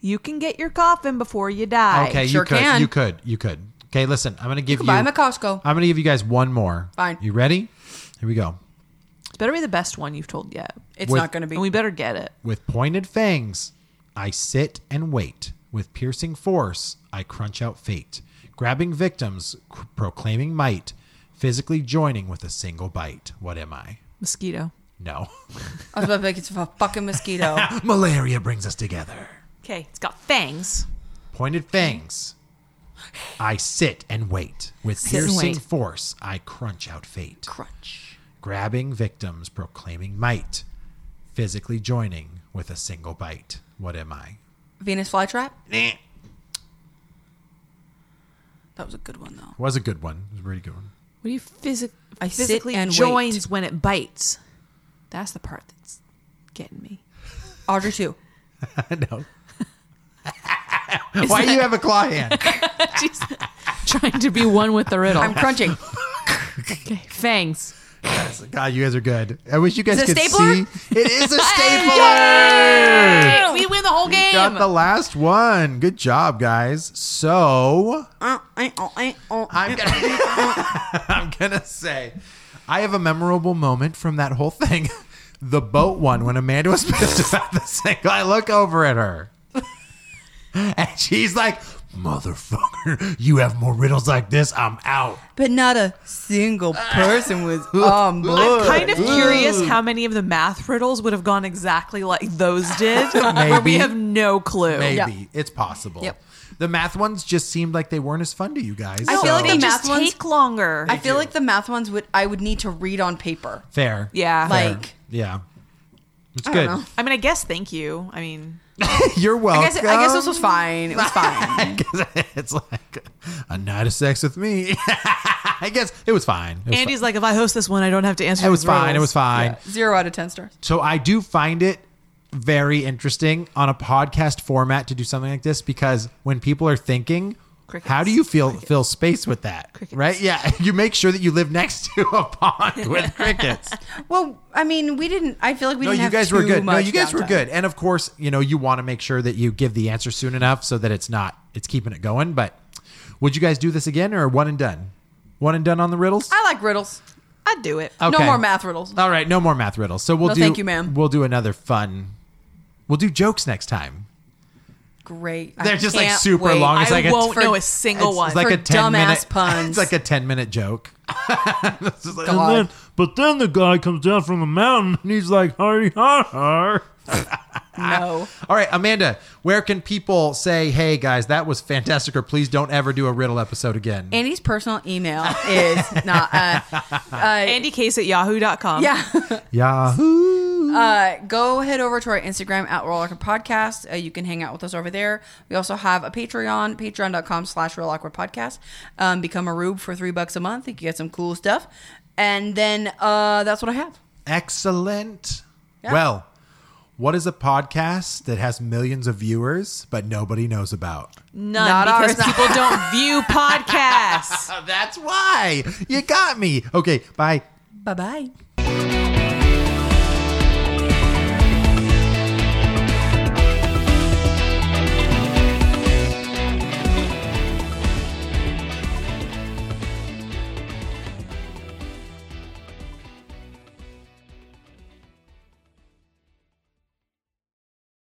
Speaker 3: you can get your coffin before you die.
Speaker 1: Okay,
Speaker 2: sure
Speaker 1: you could,
Speaker 2: can.
Speaker 1: you could, you could. Okay, listen, I'm gonna give you.
Speaker 2: Buy them at Costco.
Speaker 1: I'm gonna give you guys one more.
Speaker 2: Fine.
Speaker 1: You ready? Here we go.
Speaker 3: It's better be the best one you've told yet.
Speaker 2: It's
Speaker 1: With-
Speaker 2: not going to be.
Speaker 3: And we better get it.
Speaker 1: With pointed fangs, I sit and wait. With piercing force, I crunch out fate. Grabbing victims, c- proclaiming might, physically joining with a single bite. What am I?
Speaker 3: Mosquito.
Speaker 1: No. [LAUGHS]
Speaker 2: I was about to be like, it's a fucking mosquito.
Speaker 3: [LAUGHS]
Speaker 1: Malaria brings us together.
Speaker 3: Okay, it's got fangs.
Speaker 1: Pointed fangs, I sit and wait. With
Speaker 3: and
Speaker 1: piercing
Speaker 3: wait.
Speaker 1: force, I crunch out fate.
Speaker 2: Crunch.
Speaker 1: grabbing victims, proclaiming might, physically joining with a single bite. What am I?
Speaker 2: Venus flytrap? That was a good one, though.
Speaker 1: Was a good one. It was a really good one. [LAUGHS]
Speaker 3: What do you physic-
Speaker 2: I sit
Speaker 3: physically
Speaker 2: and
Speaker 3: joins when it bites? That's the part that's getting me.
Speaker 2: Audrey 2.
Speaker 1: no. Why do you have a claw
Speaker 2: [LAUGHS]
Speaker 1: hand?
Speaker 3: [LAUGHS] She's trying to be one with the riddle.
Speaker 2: I'm [LAUGHS] crunching.
Speaker 3: okay, fangs.
Speaker 1: God, you guys are good. I wish you guys
Speaker 2: Is it
Speaker 1: could
Speaker 2: a stapler?
Speaker 1: see. It
Speaker 2: [LAUGHS]
Speaker 1: is a stapler.
Speaker 3: Hey, we win the whole game.
Speaker 1: Got the last one. Good job, guys. So
Speaker 4: Uh, I, oh, I, oh.
Speaker 2: uh.
Speaker 1: I'm gonna, [LAUGHS] I'm gonna say, I have a memorable moment from that whole thing. [LAUGHS] The boat one when Amanda was [LAUGHS] pissed about the single. I look over at her, [LAUGHS] and she's like, "Motherfucker, you have more riddles like this. I'm out."
Speaker 2: But not a single person [LAUGHS] was on board.
Speaker 3: I'm kind of curious how many of the math riddles would have gone exactly like those
Speaker 1: [LAUGHS]
Speaker 3: did. Where
Speaker 1: Maybe.
Speaker 3: we have no clue.
Speaker 1: Maybe it's possible.
Speaker 2: Yep.
Speaker 1: The math ones just seemed like they weren't as fun to you guys.
Speaker 2: I feel like
Speaker 3: They
Speaker 2: the
Speaker 3: just
Speaker 2: math ones-
Speaker 3: take longer.
Speaker 2: I feel like the math ones would I would need to read on paper.
Speaker 1: fair.
Speaker 3: yeah.
Speaker 1: Fair.
Speaker 2: Like-
Speaker 1: yeah. It's
Speaker 2: don't
Speaker 1: good.
Speaker 2: know. [LAUGHS]
Speaker 3: I mean, I guess thank you. I mean,
Speaker 1: [LAUGHS] You're welcome.
Speaker 2: I guess, I guess this was fine. It was fine.
Speaker 1: [LAUGHS] I guess it's like a night of sex with me. [LAUGHS] I guess it was fine. It was
Speaker 3: Andy's like, if I host this one, I don't have to answer.
Speaker 1: fine. It was
Speaker 3: these
Speaker 1: fine. It
Speaker 3: riddles.
Speaker 1: was fine.
Speaker 2: [LAUGHS] Zero out of ten stars.
Speaker 1: So I do find it very interesting on a podcast format to do something like this because when people are thinking,
Speaker 3: Crickets.
Speaker 1: how do you feel fill space with that?
Speaker 3: Crickets.
Speaker 1: Right? Yeah. [LAUGHS] You make sure that you live next to a pond
Speaker 2: [LAUGHS]
Speaker 1: with crickets.
Speaker 2: Well, I mean, we didn't. I feel like we
Speaker 1: no,
Speaker 2: didn't
Speaker 1: you
Speaker 2: have
Speaker 1: guys were
Speaker 2: too
Speaker 1: good. No,
Speaker 2: much
Speaker 1: you guys were
Speaker 2: downtime.
Speaker 1: good. And of course, you know, you want to make sure that you give the answer soon enough so that it's not it's keeping it going. But would you guys do this again or one and done? One and done on the riddles?
Speaker 2: I like riddles.
Speaker 3: I'd do it.
Speaker 1: Okay.
Speaker 2: Uh, No more math riddles.
Speaker 1: All right, no more math riddles. So we'll
Speaker 2: No,
Speaker 1: do
Speaker 2: thank you, ma'am.
Speaker 1: We'll do another fun. We'll do jokes next time.
Speaker 2: Great.
Speaker 1: They're
Speaker 2: I
Speaker 1: just, like,
Speaker 2: can't
Speaker 1: super
Speaker 2: wait.
Speaker 1: long.
Speaker 3: I
Speaker 1: It's like a-
Speaker 3: won't
Speaker 1: for-
Speaker 3: know a single one.
Speaker 1: It's like
Speaker 2: For
Speaker 1: a ten
Speaker 2: dumbass
Speaker 1: minute
Speaker 2: puns.
Speaker 1: [LAUGHS] It's like a ten minute joke. It's just like, [LAUGHS]
Speaker 2: God.
Speaker 5: And then, but then the guy comes down from the mountain and he's like, hurry, har, har.
Speaker 2: No.
Speaker 1: all right, Amanda, where can people say, "Hey guys, that was fantastic," or "Please don't ever do a riddle episode again"?
Speaker 2: Andy's personal email is not. Uh,
Speaker 1: [LAUGHS]
Speaker 2: uh,
Speaker 3: andycase at yahoo.com.
Speaker 2: yeah.
Speaker 1: Yahoo!
Speaker 2: Uh, go head over to our Instagram at Royal Awkward Podcast. Uh, you can hang out with us over there. We also have a Patreon, patreon.com slash Royal Awkward Podcast. Um, become a Rube for three bucks a month. You can get some cool stuff. And then uh, that's what I have.
Speaker 1: Excellent.
Speaker 2: Yeah.
Speaker 1: Well, what is a podcast that has millions of viewers but nobody knows about?
Speaker 3: None
Speaker 2: Not
Speaker 3: because
Speaker 2: ours.
Speaker 3: people
Speaker 2: [LAUGHS]
Speaker 3: don't view podcasts.
Speaker 1: That's why you got me. Okay, bye.
Speaker 2: Bye bye.